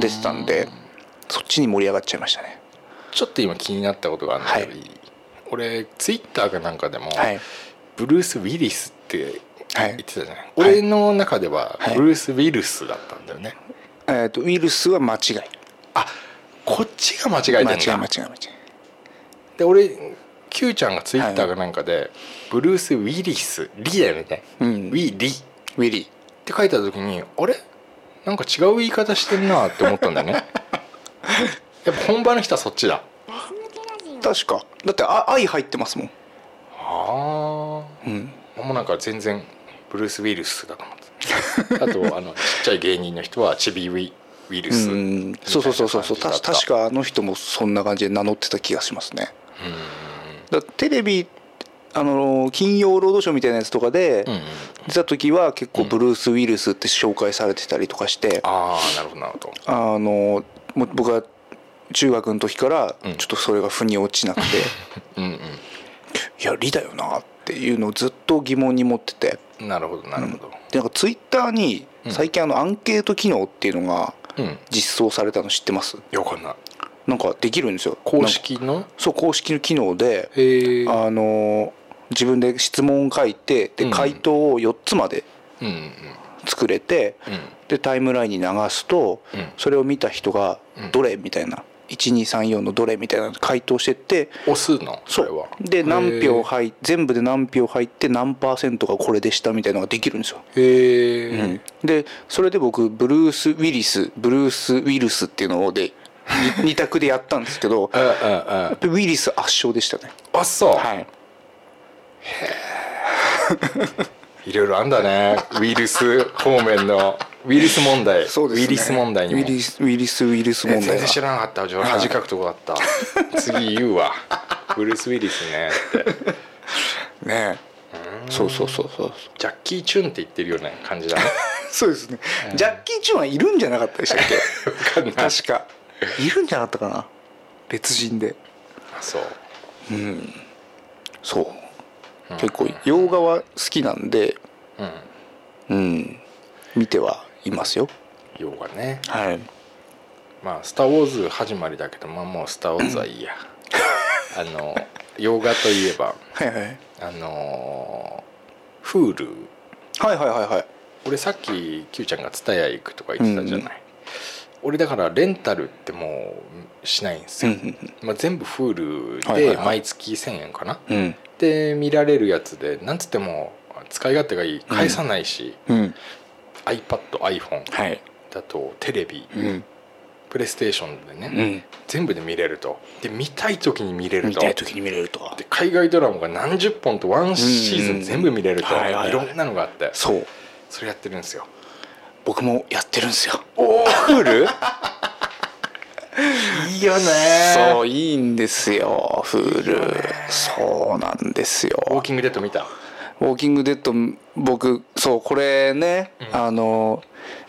S4: 出てたんでそっちに盛り上がっちゃいましたね
S3: ちょっと今気になったことがあるんだけど、
S4: はい
S3: いい俺ツイッターかなんかでも、
S4: はい
S3: ブルース・ウィリスって
S4: は
S3: 言っ
S4: い
S3: てたじゃない、俺の中では
S4: はい
S3: ブルース・ウィルスだったんだよね、
S4: えー、とウイルスは間違い
S3: あこっちが間違えて
S4: 間違
S3: ん
S4: い
S3: だ
S4: 間違い間違い間違い
S3: で俺 Q ちゃんがツイッターかなんかで、ブルース・ウィリスリだよね、
S4: うん
S3: ウィリっ
S4: ウィリー
S3: て書いた時にあれなんか違う言い方してんなって思ったんだ よねやっぱ本場の人はそっちだ
S4: 確かだってあ愛入ってますもん
S3: ああ
S4: うん
S3: もうなんか全然ブルース・ウィルスだと思ってたあとあのちっちゃい芸人の人はチビウィウィルス
S4: うんそうそうそうそうそう
S3: みたいな感じ
S4: た
S3: だった
S4: 確かあの人もそんな感じで名乗ってた気がしますねだからテレビあの金曜ロードショーみたいなやつとかで
S3: うんうん
S4: 出た時は結構ブルース・ウィルスって紹介されてたりとかして、
S3: ああなるほどなるほど
S4: あのもう僕は中学の時からちょっとそれが腑に落ちなく て、
S3: うん
S4: いや理だよなっていうのをずっと疑問に持ってて
S3: うんなるほどなるほど
S4: でなんかツイッターに最近あのアンケート機能っていうのが
S3: うん、うん、
S4: 実装されたの知ってます
S3: よくわかんない
S4: なんかできるんですよ
S3: 公式の
S4: そう公式の機能で、
S3: へえ
S4: あの自分で質問を書いて
S3: う
S4: で
S3: ん
S4: 回答を4つまで
S3: うんうん
S4: 作れて、
S3: うん
S4: でタイムラインに流すと、
S3: うん
S4: それを見た人が
S3: うん
S4: どれみたいな1234のどれみたいなの回答してって
S3: 押すのそれは
S4: で何票
S3: へ
S4: 入っ全部で何票入って何パーセントがこれでしたみたいなのができるんですよ。
S3: え、
S4: うんでそれで僕ブルース・ウィリスブルース・ウィルスっていうのを で2択でやったんですけ ど
S3: うんうんうん
S4: やっぱウィリス圧勝でしたね。
S3: あそう、
S4: はい
S3: い、ろいろあんだ ねウイルス方面のウイルス問題
S4: そうですね
S3: ウイルス問題に
S4: ウ
S3: も
S4: ィリスウィリスウィリス
S3: ね
S4: 問
S3: 全
S4: 題
S3: 然
S4: が
S3: 知らなかった俺恥かくとこだった 次言うわブルース・ウィリスねって
S4: ねそうそうそうそう
S3: ジャッキー・チュンって言ってるような感 じだね
S4: そうですね、ジャッキー・チュンはいるんじゃなかったでしたっけ確かいるんじゃなかったかな別人で
S3: あそう
S4: そう、結構洋画は好きなんで
S3: うん
S4: うん見てはいますよ
S3: 洋画ね
S4: はい
S3: まあ「スター・ウォーズ」始まりだけどまあもう「スター・ウォーズ」はいい やあの洋画といえば
S4: はいはい
S3: あのー、Hulu
S4: はいはいはいはい
S3: 俺さっき Q ちゃんが「蔦屋行く」とか言ってたじゃない、俺だからレンタルってもうしないんです
S4: う
S3: よ、
S4: ん
S3: まあ、全部 Hulu
S4: はいは
S3: で
S4: いはい
S3: 毎月1,000円かな、
S4: うん
S3: で見られるやつでなんつっても使い勝手がいい返さないし、
S4: うん
S3: iPadiPhone
S4: はい
S3: だとテレビ、
S4: うん
S3: プレイステーションでね、
S4: うん
S3: 全部で見れるとで見たい時に見れる
S4: 見
S3: と
S4: たい時に見れると
S3: で海外ドラマが何十本とワンシーズ
S4: うんう
S3: ン
S4: ん
S3: 全部見れると、
S4: はい
S3: い
S4: はいはい
S3: ろんなのがあって
S4: そう
S3: それやってるんですよ
S4: 僕もやってるんですよ
S3: おおフ ルいいよね
S4: そうういいんですよフールそうなんですよ
S3: ウォーキングデッド見た
S4: ウォーキングデッド僕そうこれね、
S3: うん
S4: あの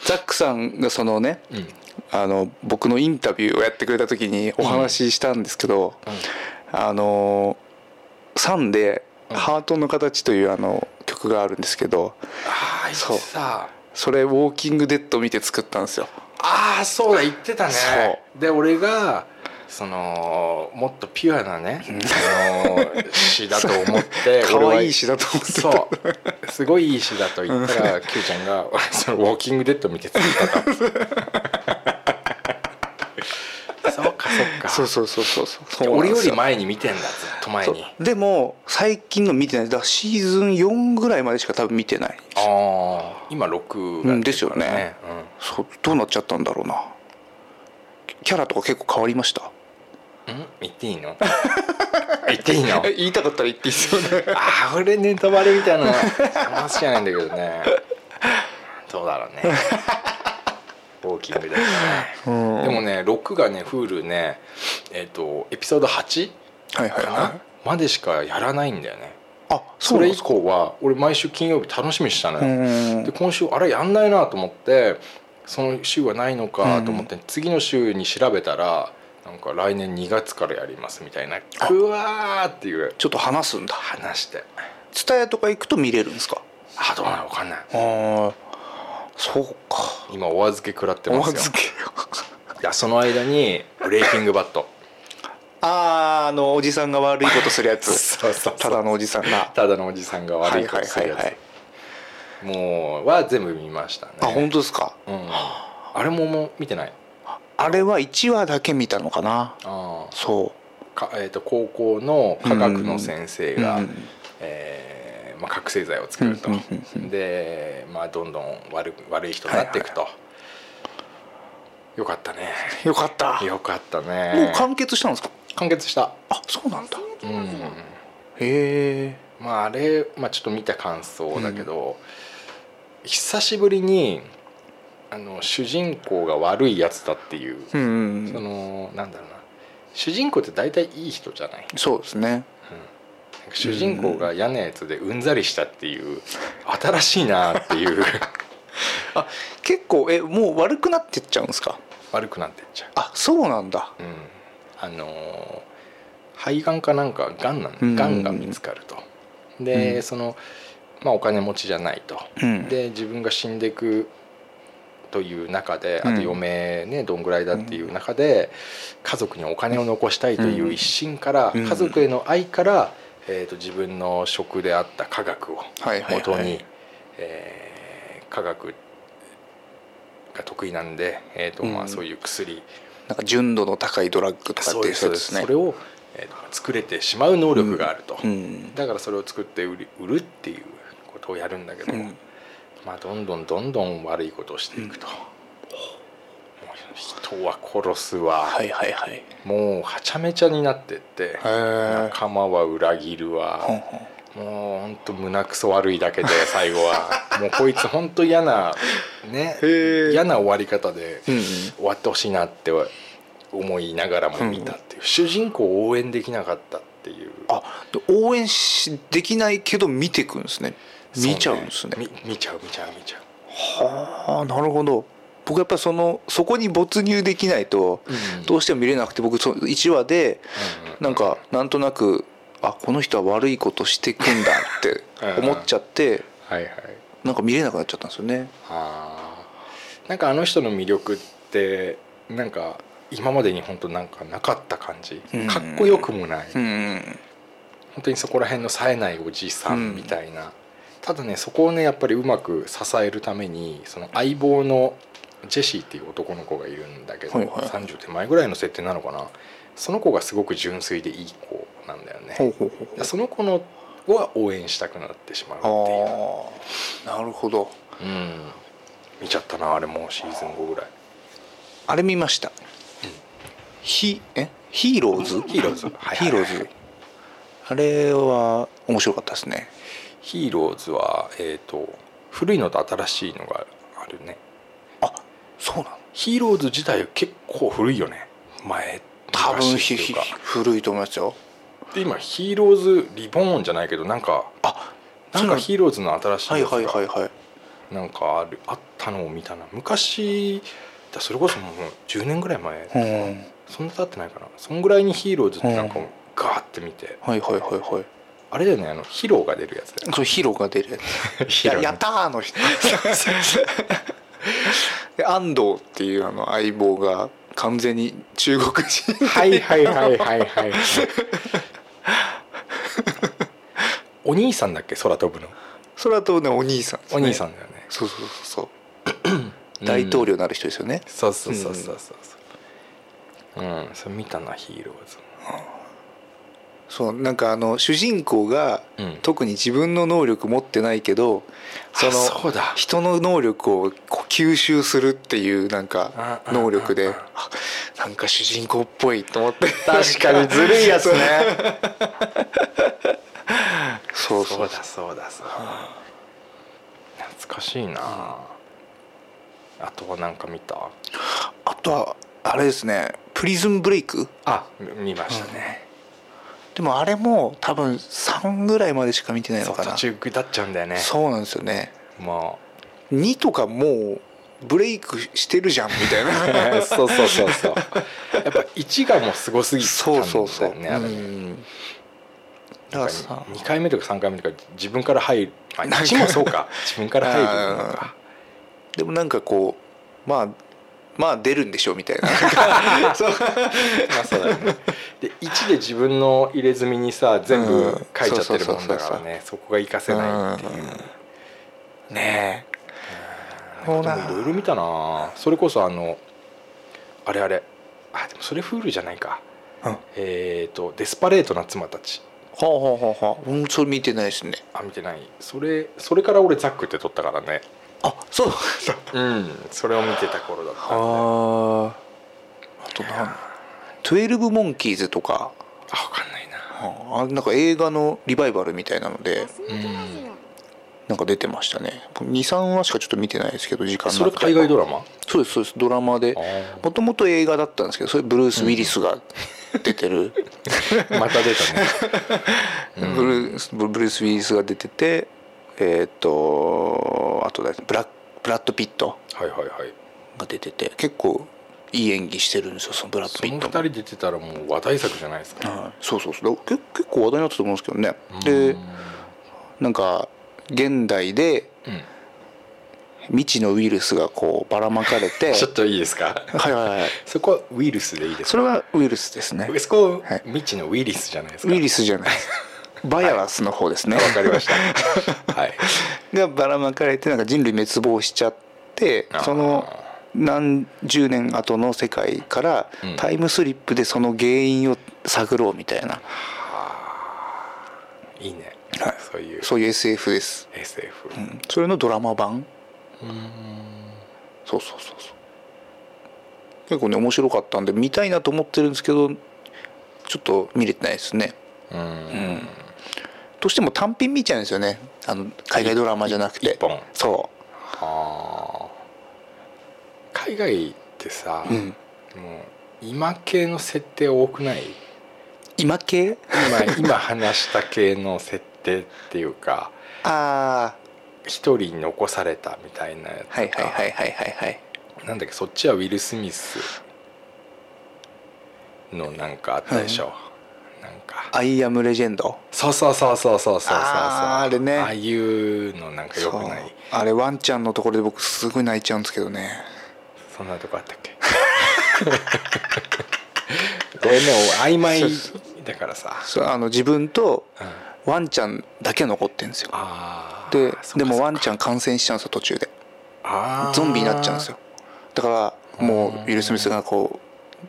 S4: ザックさんがそのね
S3: うん、うん、
S4: あの僕のインタビューをやってくれた時にお話ししたんですけど、あのサンで「
S3: うん
S4: ハートの形」というあの曲があるんですけど
S3: ああいつ
S4: そう
S3: さ
S4: それウォーキングデッド見て作ったんですよ。
S3: ああそうだ言ってたね
S4: そ
S3: で俺がそのもっとピュアなねあの詩だと思って
S4: そう
S3: 俺は
S4: 可愛い詩だと思ってた
S3: そうすごいいい詩だと言った ら Q ちゃんが「そのウォーキングデッド見て作ったと」そうかそうか
S4: そうそうそうそうそうそうなん
S3: 俺
S4: で
S3: よ
S4: す
S3: り前に見てんだずっと前
S4: そう
S3: に
S4: でも最近の見てないだからシーズン4ぐらいまでしか多分見てない
S3: ああ今6が
S4: うんですよねそうどうなっちゃったんだろうなキャラとか結構変わりました
S3: うんん言っていいの言っていいの
S4: え 言いたかったら言っていいですよね
S3: あー俺ネタバレみたいな話じゃないんだけどねどうだろうねウォーキングで、ね
S4: うん
S3: でもね6がね Hulu ねえっ、とエピソード8
S4: はいはい
S3: かな、
S4: はい
S3: までしかやらないんだよね
S4: あ
S3: それ以
S4: か
S3: 降は俺毎週金曜日楽しみにしてたの
S4: う
S3: よ、
S4: ん
S3: で今週あれやんないなと思ってその週はないのかと思って、次の週に調べたらなんか来年2月からやりますみたいなうわーっていう
S4: ちょっと話すんだ
S3: 話して
S4: 蔦屋とか行くと見れるんですか
S3: あどうなのわかんない
S4: ああそうか
S3: 今お預け食らって
S4: お
S3: ま
S4: 預
S3: すよ
S4: け
S3: いやその間に「ブレイキングバッ ト
S4: あああのおじさんが悪いことするや」つ
S3: そうそう
S4: ただのおじさんが」
S3: ただのおじさんが
S4: は
S3: 悪
S4: い
S3: いこ
S4: は
S3: と
S4: い
S3: す
S4: は
S3: る
S4: い
S3: やつ、
S4: はい
S3: もうは全部見ましたね
S4: あ本当ですか
S3: うん、あれももう見てない
S4: あれは1話だけ見たのかな
S3: ああ
S4: そ
S3: か、えー、と高校の科学の先生が、
S4: うんうん
S3: えーまあ、覚醒剤を作ると、
S4: うんうん
S3: で、まあ、どんどん悪く悪い人になっていくと、よかったね
S4: よかった
S3: よかった
S4: も
S3: ね
S4: う完結したんですか
S3: 完結した、
S4: あそうなんだ
S3: うん、
S4: へえ
S3: まああれ、まあ、ちょっと見た感想だけど、久しぶりにあの主人公が悪いやつだっていう、
S4: うんう
S3: そ
S4: ん
S3: のなんだろうな主人公って大体いい人じゃない
S4: そうですね
S3: なんか主人公が嫌なやつでうんざりしたっていう新しいなって いう
S4: あ結構えもう悪くなってっちゃうんですか
S3: 悪くなってっちゃ
S4: あそうなんだ
S3: う、うん、あのー肺がんかなんかがんな
S4: うん
S3: のがんが見つかるとで、
S4: うん
S3: その、まあ、お金持ちじゃないと、
S4: うん
S3: で自分が死んでいくという中であ
S4: う
S3: と
S4: ん
S3: 余命ねどんぐらいだっていう中で家族にお金を残したいという一心から
S4: うん
S3: 家族への愛から、えー、と自分の食であった科学を
S4: はいはいはい
S3: 元にえー科学が得意なんで、えーとま
S4: う
S3: あ、
S4: ん
S3: そういう薬
S4: なんか純度の高いドラッグとかっていう
S3: そ
S4: そうう
S3: で
S4: ですす
S3: そ
S4: ね
S3: れを、えーと作れてしまう能力があると、
S4: うん
S3: だからそれを作って売り売るっていうことをやるんだけど、
S4: うん
S3: まあ、どんどんどんどん悪いことをしていくと、もう人は殺すわ、
S4: はいはいはい
S3: もうはちゃめちゃになってって
S4: え
S3: 仲間は裏切る
S4: ほん
S3: わ
S4: ほん
S3: もうほんと胸くそ悪いだけで 最後はもうこいつほんと嫌なね
S4: へえ
S3: 嫌な終わり方で
S4: うんうん
S3: 終わってほしいなって思いながらも見たっていう、主人公を応援できなかったっていう
S4: あで応援しできないけど見てくんですね見ちゃうんですね
S3: そうみ見ちゃう見ちゃう見ちゃう
S4: はあなるほど僕やっぱりそのそこに没入できないと
S3: うん
S4: どうしても見れなくて僕その1話で
S3: うんうん
S4: なんかなんとなくあこの人は悪いことしてくんだって思っちゃって
S3: はいはい
S4: なんか見れなくなっちゃったんですよね
S3: あーなんかあの人の魅力ってなんか今までに本当なんかなかった感じ
S4: うん
S3: かっこよくもない、
S4: うん
S3: 本当にそこら辺の冴えないおじさんみたいな、ただねそこをねやっぱりうまく支えるためにその相棒のジェシーっていう男の子がいるんだけど、
S4: はいはい
S3: 30手前ぐらいの設定なのかなその子がすごく純粋でいい子なんだよね、
S4: ほうほうほう
S3: その子のは応援したくなってしまうっていう、
S4: ほうああなるほど
S3: うん、見ちゃったなあれもうシーズン5ぐらい
S4: あれ見ましたヒえヒーローズ
S3: ヒーローズはいはいはい
S4: ヒーローズあれは面白かったですね
S3: ヒーローズは、えー、と古いのと新しいのがあるね
S4: あそうなの
S3: ヒーローズ自体結構古いよね前
S4: 多分
S3: 昔
S4: ひ
S3: ってい
S4: ひ
S3: うか
S4: 古いと思いますよ
S3: で今ヒーローズリボーンじゃないけどなんか
S4: あ
S3: なんかヒーローズの新しい
S4: はい
S3: やつ
S4: はいはい
S3: が
S4: はい
S3: なんかあるあったのを見たな昔だそれこそもう10年ぐらい前
S4: うんはい
S3: そんな経ってないかなそんぐらいにヒーローズってなんか
S4: うん
S3: ガーって見て
S4: はいはいはい
S3: あれだよねあのヒローが出るやつ だよ
S4: そうヒーローが出るやつ
S3: ねヒ
S4: い
S3: ロ
S4: や
S3: ー
S4: やったーの 人で安藤っていうあの相棒が完全に中国人
S3: はいはいはいはいはいお兄さんだっけ空飛ぶの
S4: それはとねお兄さんです
S3: お
S4: ね、
S3: 兄さんだよね
S4: そうそうそうそう大統領になる人ですよね、
S3: そうそうそうそうそうそううんそれ見たなヒーローズ
S4: そうなんかあの主人公が、
S3: うん
S4: 特に自分の能力持ってないけどその
S3: あそうだ
S4: 人の能力をこう吸収するっていうなんか
S3: うんうん
S4: 能力で
S3: うんうん
S4: あなんか主人公っぽいと思って
S3: 確かにずるいやつ ね
S4: そうそう
S3: だそうだそうだ懐かしいなあとはなんか見た
S4: あとはあれですねプリズンブレイク
S3: あみ見ましたね、
S4: でもあれも多分3ぐらいまでしか見てない
S3: そ
S4: の
S3: う
S4: かな
S3: 途
S4: そう,、
S3: 中下っちゃうんだよね
S4: なんですよね
S3: も
S4: 2とかもうブレイクしてるじゃんみたいな
S3: う そうそうそうそうやっぱ1がもうすごすぎたんだよ
S4: そう
S3: ね
S4: そうそう、
S3: あれね
S4: うんだからさ
S3: 2回目とか3回目とか自分から入るあ
S4: なんか
S3: 1もそうか自分から入るのか
S4: でもなんかこうまあまあ出るんでしょうみたいなそう
S3: まあそうだよねで1で自分の入れ墨にさ全
S4: う
S3: 部書
S4: ん
S3: いちゃってるもんだか
S4: そうそうそう
S3: ら
S4: そ
S3: ねそこが活かせないっていう
S4: うんねえそう
S3: で
S4: な
S3: もいろいろ見たなそれこそあのあれあれあでもそれフールじゃないか
S4: うん
S3: えー、とデスパレートな妻たち
S4: あはあはあはあうんそれ見てないですね
S3: あ見てないそれそれから俺ザックって撮ったからね
S4: あそう
S3: うんそれを見てた頃だったんで
S4: ああとなん12モンキーズとか
S3: あ分かんないな
S4: あなんか映画のリバイバルみたいなので
S3: Mm.
S4: なんか出てましたね23話しかちょっと見てないですけど時間
S3: それ海外ド
S4: ラ
S3: ラマ
S4: マそうですそうですドラマで
S3: あ
S4: もともと映画だったんですけどそれブルース・ウィリスが出て る、
S3: ーまた出たね
S4: ブルースブルース・ウィリスが出ててえーっとあとだブラッブラッド・ピット
S3: はいはいはい
S4: が出てて結構いい演技してるんですよそのブラッド・
S3: そ
S4: ピッ
S3: の
S4: ト
S3: 二
S4: も
S3: 人出てたらもう話題作じゃないですか
S4: はい、そうそうそうだけ結構話題になったと思うんですけどねでなんか現代で
S3: うん
S4: 未知のウイルスがこうばらまかれ て
S3: ちょっといいですか
S4: はいはいはい
S3: そこはウイルスでいいです
S4: そ
S3: か
S4: れはウイルスですね
S3: そこ
S4: はい
S3: 未知のウイリスじゃないです
S4: ウ
S3: か
S4: イルスじゃない バイアラスの方ですね、
S3: わかりました はい
S4: がばらまかれてなんか人類滅亡しちゃって
S3: あー
S4: その何十年後の世界から
S3: うん
S4: タイムスリップでその原因を探ろうみたいな、
S3: いいね
S4: はい
S3: そういう
S4: そういう SF です、
S3: SF
S4: うん、それのドラマ版そうそうそうそう結構ね面白かったんで見たいなと思ってるんですけどちょっと見れてないですね
S3: うんうん
S4: どうしても単品見ちゃうんですよねあの海外ドラマじゃなくて
S3: 一本
S4: そ
S3: あー海外ってさ、
S4: う、うん、
S3: もう今系の設定多くない
S4: 今系
S3: 今今話した系の設定っていうか
S4: ああ
S3: 一人残されたみたいなやつ
S4: はい
S3: とか
S4: はいはいはいはいはい
S3: なんだっけそっちはウィル・スミスのなんかあったでしょ、なんか
S4: アイアムレジェンド
S3: そうそうそうそうそうそうそうそう
S4: あーあれね
S3: ああいうのなんかよくな
S4: そう
S3: い
S4: あれワンちゃんのところで僕すごい泣いちゃうんですけどね
S3: そんなとこあったっけ ごめんね曖昧だからさ、
S4: そうあの自分と
S3: うん、あ
S4: ワンちゃんだけ残ってるんですよ
S3: あー
S4: で
S3: そっ
S4: で
S3: か
S4: も
S3: そっ
S4: ワンちゃん感染しちゃうんですよ途中で
S3: か
S4: ゾンビになっちゃうんですよ、だからもうウィル・スミスがこ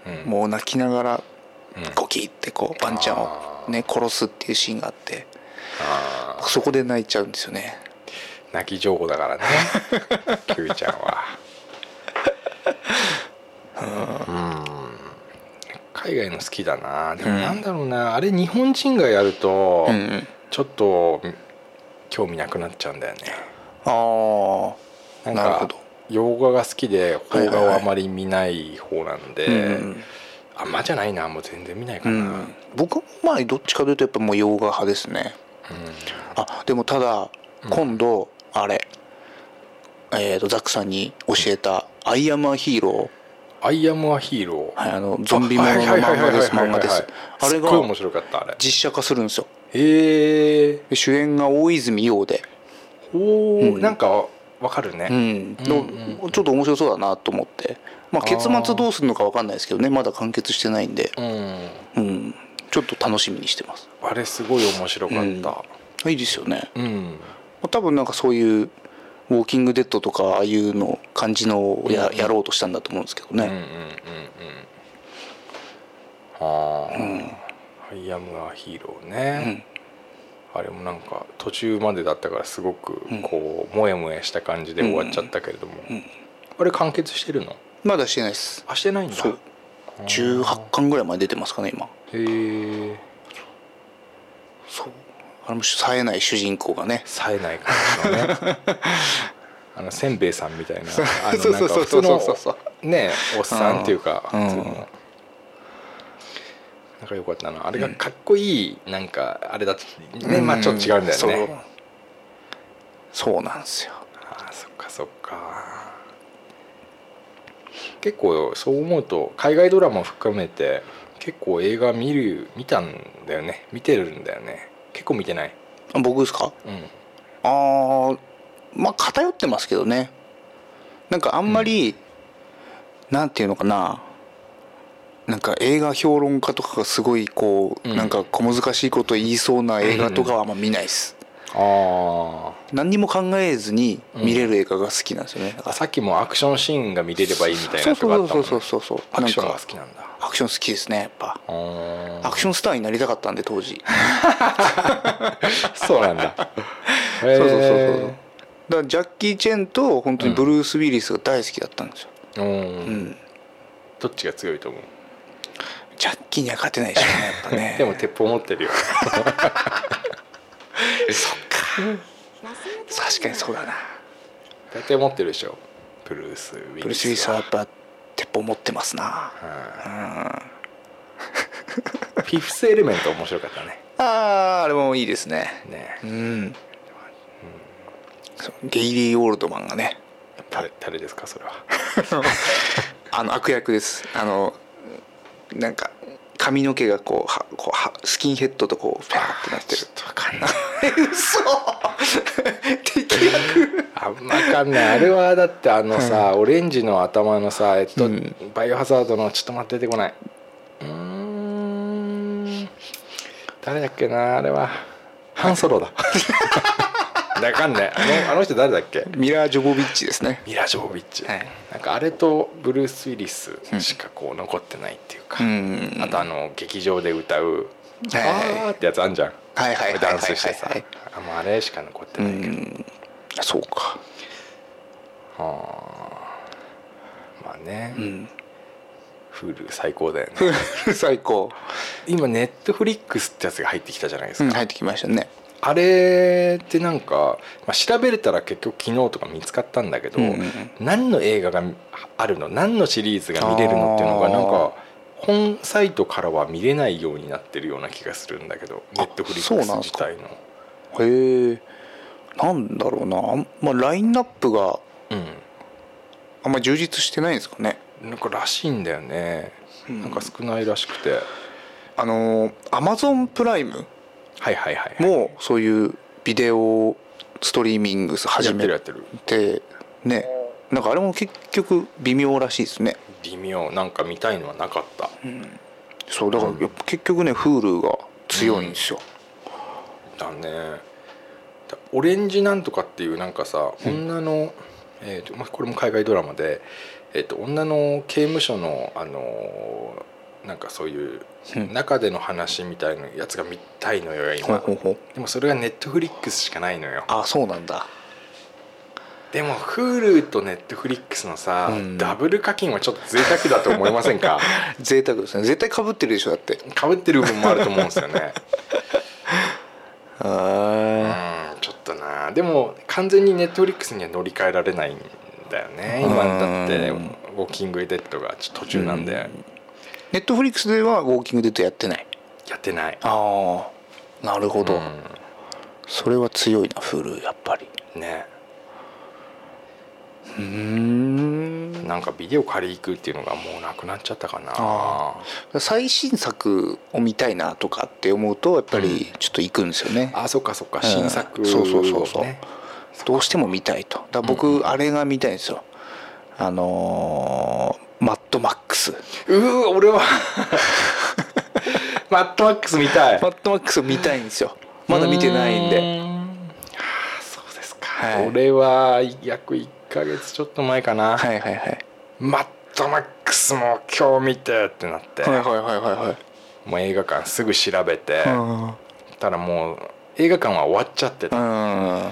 S3: あー
S4: うもう泣きながら
S3: うんうん
S4: ゴキってこうワンちゃんをね殺すっていうシーンがあって
S3: あ
S4: そこで泣いちゃうんですよね
S3: ー泣き情報だから ねキュウちゃんはうん海外の好きだなでもなんだろうな、あれ日本人がやると、
S4: うんうん
S3: ちょっと興味なくなっちゃうんだよね
S4: ああ
S3: なん
S4: なる
S3: か
S4: ほど
S3: 洋画が好きで
S4: いはい
S3: 邦画をあまり見ない方なんで、
S4: うんうん
S3: あんまじゃないなもう全然見ないか
S4: う
S3: な、
S4: ん僕もまあどっちかというとやっぱもう洋画派ですねあでもただ今度あれ、えー、とザックさんに教えた「アイアムアヒーロ
S3: アイアムアヒーロ
S4: ー」
S3: ー
S4: はい、あのゾンビものの漫画です
S3: はい
S4: 漫
S3: はいはいはいはいは
S4: 画
S3: い
S4: ですあれ
S3: すっごい面
S4: が
S3: 白かったあれ
S4: 実写化するんですよ
S3: へえ
S4: で主演が大泉洋で、
S3: おー
S4: うん
S3: なんかわかる
S4: う
S3: ね、
S4: ん
S3: うん
S4: の
S3: うんうん
S4: ちょっと面白そうだなと思って、まあ、
S3: あー
S4: 結末どうするのか分かんないですけどねまだ完結してないんで、
S3: うん
S4: うん、ちょっと楽しみにしてます
S3: あれすごい面白かった
S4: いいですよね
S3: うん、
S4: 多分なんかそういう「ウォーキングデッド」とかああいうの感じのをややろうとしたんだと思うんですけどね、
S3: うんうんうんうんああ、アイアムアヒーローね、あれもなんか途中までだったからすごくこう、もやもやした感じで終わっちゃったけれども、あれ完結してるの
S4: まだしてないです
S3: あしてないんだ
S4: そう18巻ぐらいまで出てますかね今
S3: へえ
S4: そうあれも冴えない主人公がね
S3: 冴えない感じのね あのせんべいさんみたいなあの
S4: そう
S3: なんか
S4: そう
S3: 普
S4: そ
S3: 通
S4: うそう
S3: の
S4: そうそう
S3: ねおっさんっていうか
S4: うん
S3: 普通のなんかよかったなあれがかっこいいなんかあれだとねまあちょっと違うんだよ
S4: そう
S3: ね
S4: そうなんですよ
S3: ああそっかそっか結構そう思うと海外ドラマ含めて結構映画見る見たんだよね見てるんだよね結構見てない
S4: あ僕ですか
S3: うん
S4: あーまあ偏ってますけどねなんかあんまり、なんていうのかななんか映画評論家とかがすごいこう、
S3: うん
S4: なんか小難しいこと言いそうな映画とかはあんま見ないです、
S3: ああ
S4: 何にも考えずに見れる映画が好きなんですよね、だから
S3: さっきもアクションシーンが見れればいいみたい
S4: そう
S3: なとこあ
S4: そ
S3: っ
S4: う
S3: たもん、
S4: そう
S3: ね、
S4: そうそうそう
S3: アクションが好
S4: なんか
S3: きなんだ
S4: アクション好きですねやっぱ
S3: うーん
S4: アクションスターになりたかったんで当時、
S3: そうなんだ そう
S4: そうそうそうそうだからジャッキー・チェンと本当にブルース・ウィリスが大好きだったんですよ、
S3: そう、うん
S4: うん、
S3: どっちが強いと思う
S4: ジャッキーには勝てないでしょうねやっぱね
S3: でも鉄砲持ってるよ
S4: 確かにそうだな
S3: 大体持ってるでしょブルース・ウィリス
S4: ブルース・ウィリスはやっぱ鉄砲持ってますな
S3: フィフスエレメント面白かったね
S4: あーあれもいいですね
S3: ね
S4: うんそうゲイリー・オールドマンがね
S3: 誰誰ですかそれは
S4: あの悪役ですあのなんか髪の毛がこうはこうはスキンヘッドとこうファーってなってる
S3: とわかんない
S4: 嘘敵役
S3: あんまわかんないあれはだってあのさ、オレンジの頭のさえっと、
S4: うん
S3: バイオハザードのちょっと待って出てこないうーん誰だっけなあれはハンソロだわかんないあのあの人誰だっけ
S4: ミラー・ジョボビッチですね
S3: ミラ・ジョービッチ、
S4: はい
S3: なんかあれとブルース・ウィリスしかこう残ってないっていうか、
S4: うん
S3: あとあの劇場で歌う「
S4: はいはいはい
S3: あー」ってやつあんじゃん、
S4: はいはいはいはいはい
S3: ダンスしてさ
S4: はい
S3: あもうあれしか残って
S4: う
S3: ないけど、
S4: んそうか
S3: まあね、
S4: うん
S3: フール最高だよね
S4: 最高、
S3: 今ネットフリックスってやつが入ってきたじゃないです
S4: う
S3: か、
S4: ん、入ってきましたね
S3: あれってなんか、まあ、調べれたら結局昨日とか見つかったんだけど、
S4: うんうんうん
S3: 何の映画があるの何のシリーズが見れるのっていうのが
S4: あー
S3: なんか本サイトからは見れないようになってるような気がするんだけどネ
S4: あ
S3: ットフリ
S4: そう
S3: ッ
S4: なん
S3: クス
S4: す
S3: 自
S4: か
S3: 体の
S4: へえなんだろうなあん、まあ、ラインナップが
S3: う
S4: あんま充実してないんですかね
S3: んなんからしいんだよね、なんか少ないらしくて
S4: あのアマゾンプライム
S3: はいはいはい
S4: もそういうビデオストリーミング
S3: や
S4: 始
S3: って
S4: め
S3: るやってる
S4: てねなんかあれも結局微妙らしいですね
S3: 微妙なんか見たいのはなかった、
S4: そうだからやっぱ結局ね Hulu が強いんですよ、
S3: だねだオレンジなんとかっていうなんかさ女の、えーとまあ、これも海外ドラマで、えー、と女の刑務所の、あのーなんかそういう
S4: うん
S3: 中での話みたいなやつが見たいのよ
S4: ほう
S3: 今
S4: ほうほう
S3: でもそれがネットフリックスしかないのよ
S4: あそうなんだ
S3: でも Hulu とネットフリックスのさ、
S4: うん
S3: ダブル課金はちょっと贅沢だと思いません か
S4: 贅沢ですね絶対かぶってるでしょだって
S3: かぶってる部分もあると思うんですよね
S4: あ
S3: うんちょっとなでも完全にネットフリックスには乗り換えられないんだよね今
S4: うん
S3: だって「ウォーキング・デッド」がちょっと途中なんで
S4: ネットフリックスではウォーキングデッドやってない
S3: やってない
S4: ああなるほど、
S3: う
S4: それは強いな Hulu やっぱり
S3: んね
S4: うーん
S3: なんかビデオ借り行くっていうのがもうなくなっちゃったかな
S4: あ最新作を見たいなとかって思うとやっぱりちょっと行くんですよね、
S3: あそっかそっか
S4: うん
S3: 新作をね
S4: そうそうそうそうどうしても見たいとだから
S3: うん
S4: 僕あれが見たいんですよあのーマッドマックス
S3: うー俺は マットマックス見たい
S4: マッドマックス見たいんですよまだ見てないん
S3: う
S4: で
S3: ーあーそうですか、
S4: はい
S3: 俺は約1ヶ月ちょっと前かな、
S4: はいはいはい
S3: マッドマックスも今日見てってなって、
S4: はいはいはいはいはい
S3: もう映画館すぐ調べて、
S4: うん
S3: たらもう映画館は終わっちゃってた、
S4: うん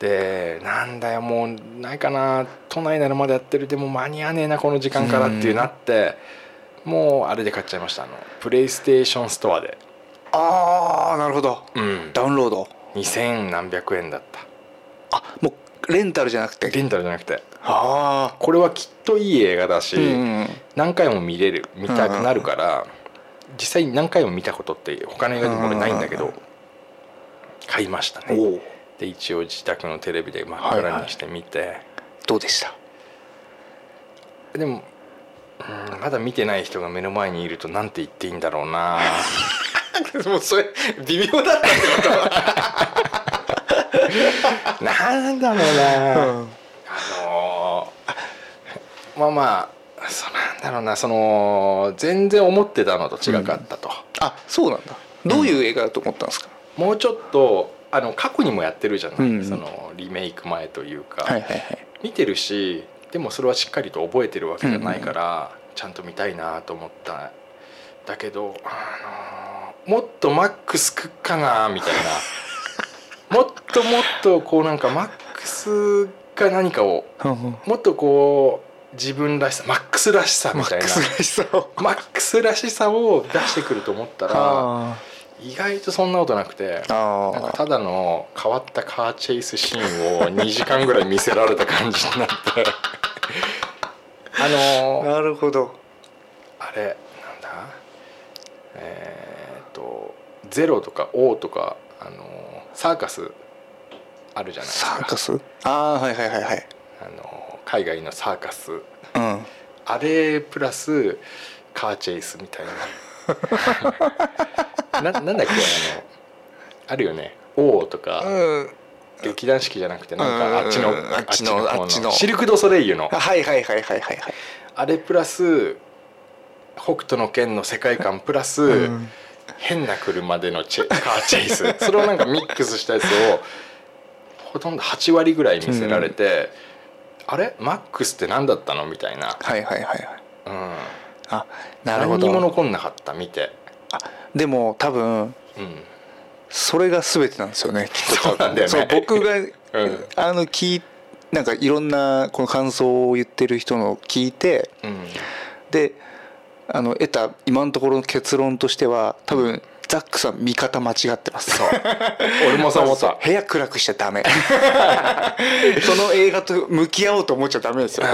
S3: でなんだよもうないかな都内ならまだやってるでも間に合わねえなこの時間からっていうなって、もうあれで買っちゃいましたあのプレイステーションストアで
S4: ああなるほど
S3: うん
S4: ダウンロード
S3: 2000何百円だった
S4: あもうレンタルじゃなくて
S3: レンタルじゃなくて
S4: あ
S3: これはきっといい映画だし、
S4: あうん
S3: 何回も見れる見たくなるから、実際に何回も見たことって他の映画でも俺ないんだけど、
S4: うん
S3: 買いました
S4: お
S3: ね
S4: お
S3: で一応自宅のテレビで真っ暗にして見て、
S4: どうでした
S3: でも、うんまだ見てない人が目の前にいるとなんて言っていいんだろうな
S4: もうそれ 微妙だった
S3: なんだろうな、あのーまあまあそうなんだろうなその全然思ってたのと違かったと。
S4: あそうなんだどういう映画だと思ったんですか
S3: もうちょっとあの過去にもやってるじゃない、
S4: うんうん
S3: そのリメイク前というか、
S4: はいはいはい
S3: 見てるしでもそれはしっかりと覚えてるわけじゃないから、ちゃんと見たいなと思っただけど、あのーもっとマックス食っかなみたい なもっともっとこうなんかマックスが何かを
S4: ふんふん
S3: もっとこう自分らしさマックスらしさみ
S4: マ
S3: た
S4: ッ
S3: いな
S4: クスらしさを
S3: マックスらしさを出してくると思ったら
S4: あ
S3: 意外とそんなことなくて
S4: ーあ
S3: なんか
S4: ー
S3: ただの変わったカーチェイスシーンを2時間ぐらい見せられた感じになってあのー
S4: なるほど
S3: あれなんだえーっと「ゼロ」とか「O」とか、あのーサーカスあるじゃないです
S4: サー
S3: か
S4: カスああーはいはいはいはい
S3: あのー海外のサーカス
S4: うん
S3: あれプラスカーチェイスみたいなななんだっけあのあるよね「O」とか、
S4: うん
S3: 劇団四季じゃなくてなん
S4: うんうんうん
S3: かあっちの
S4: あっちの
S3: 方
S4: あっちの
S3: シルク・ドゥ・ソレイユ の
S4: あはいはいはいはいはいはい
S3: あれプラス北斗の拳の世界観プラス、
S4: うん
S3: 変な車でのチェカーチェイス それをなんかミックスしたやつをほとんど8割ぐらい見せられて、あれマックスって何だったのみたいな、
S4: はいはいはいはい
S3: うん、
S4: あなるほ
S3: 何にも
S4: ど
S3: 残んなかった見て、
S4: あでも多分
S3: うん、
S4: それが全てなんですよねきっと
S3: そうなんだよね
S4: そう僕が、
S3: ん
S4: あの聞いなんかいろんなこの感想を言ってる人のを聞いて
S3: うん
S4: であの得た今のところの結論としては多分ザックさん見方間違ってますそう
S3: 俺もそう思った
S4: 部屋暗くしちゃダメ その映画と向き合おうと思っちゃダメですよ、
S3: うん、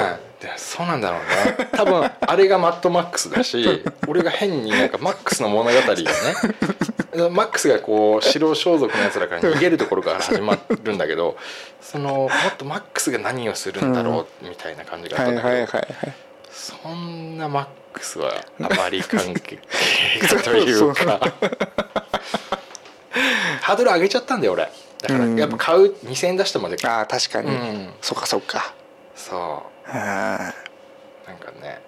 S3: でそうなんだろうね多分あれがマッドマックスだし 俺が変になんかマックスの物語がね マックスがこう白装束のやつらから逃げるところから始まるんだけどそのもっとマックスが何をするんだろうみたいな感じがあったん
S4: は
S3: だ
S4: いは
S3: けど、
S4: いはいはい
S3: そんなマックスはあまり関係ないというかハードル上げちゃったんだよ俺だからやっぱ買う2,000円出してまで買う
S4: ああ確かに、
S3: うん
S4: そうかそうか
S3: そう
S4: あー
S3: なんか ね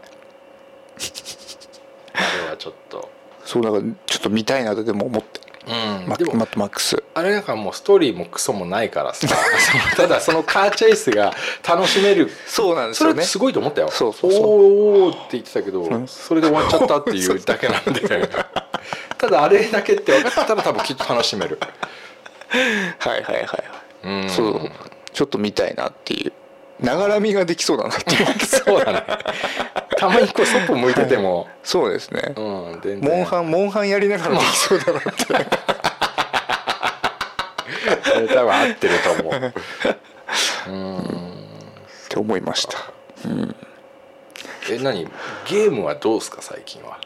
S3: あれはちょっと
S4: そうだからちょっと見たいなとでも思って
S3: うん
S4: マ
S3: でも
S4: ットマックス
S3: あれなんかもうストーリーもクソもないから さそのただそのカーチェイスが楽しめる
S4: そうなん
S3: それすごいと思ったよ
S4: そうそうそう
S3: おーおーって言ってたけど、
S4: ん
S3: それで終わっちゃったっていうだけなんでただあれだけって分かったら多分きっと楽しめる
S4: はいはいはいはい、
S3: うん
S4: そうちょっと見たいなっていうながら見ができそうだなっていう
S3: そうだねたまにこう外向いてても、
S4: そうですね、
S3: うん全然
S4: モンハンモンハンやりながらできそうだなって
S3: それ多分合ってると思う
S4: って思いました
S3: え何ゲームはどうですか最近は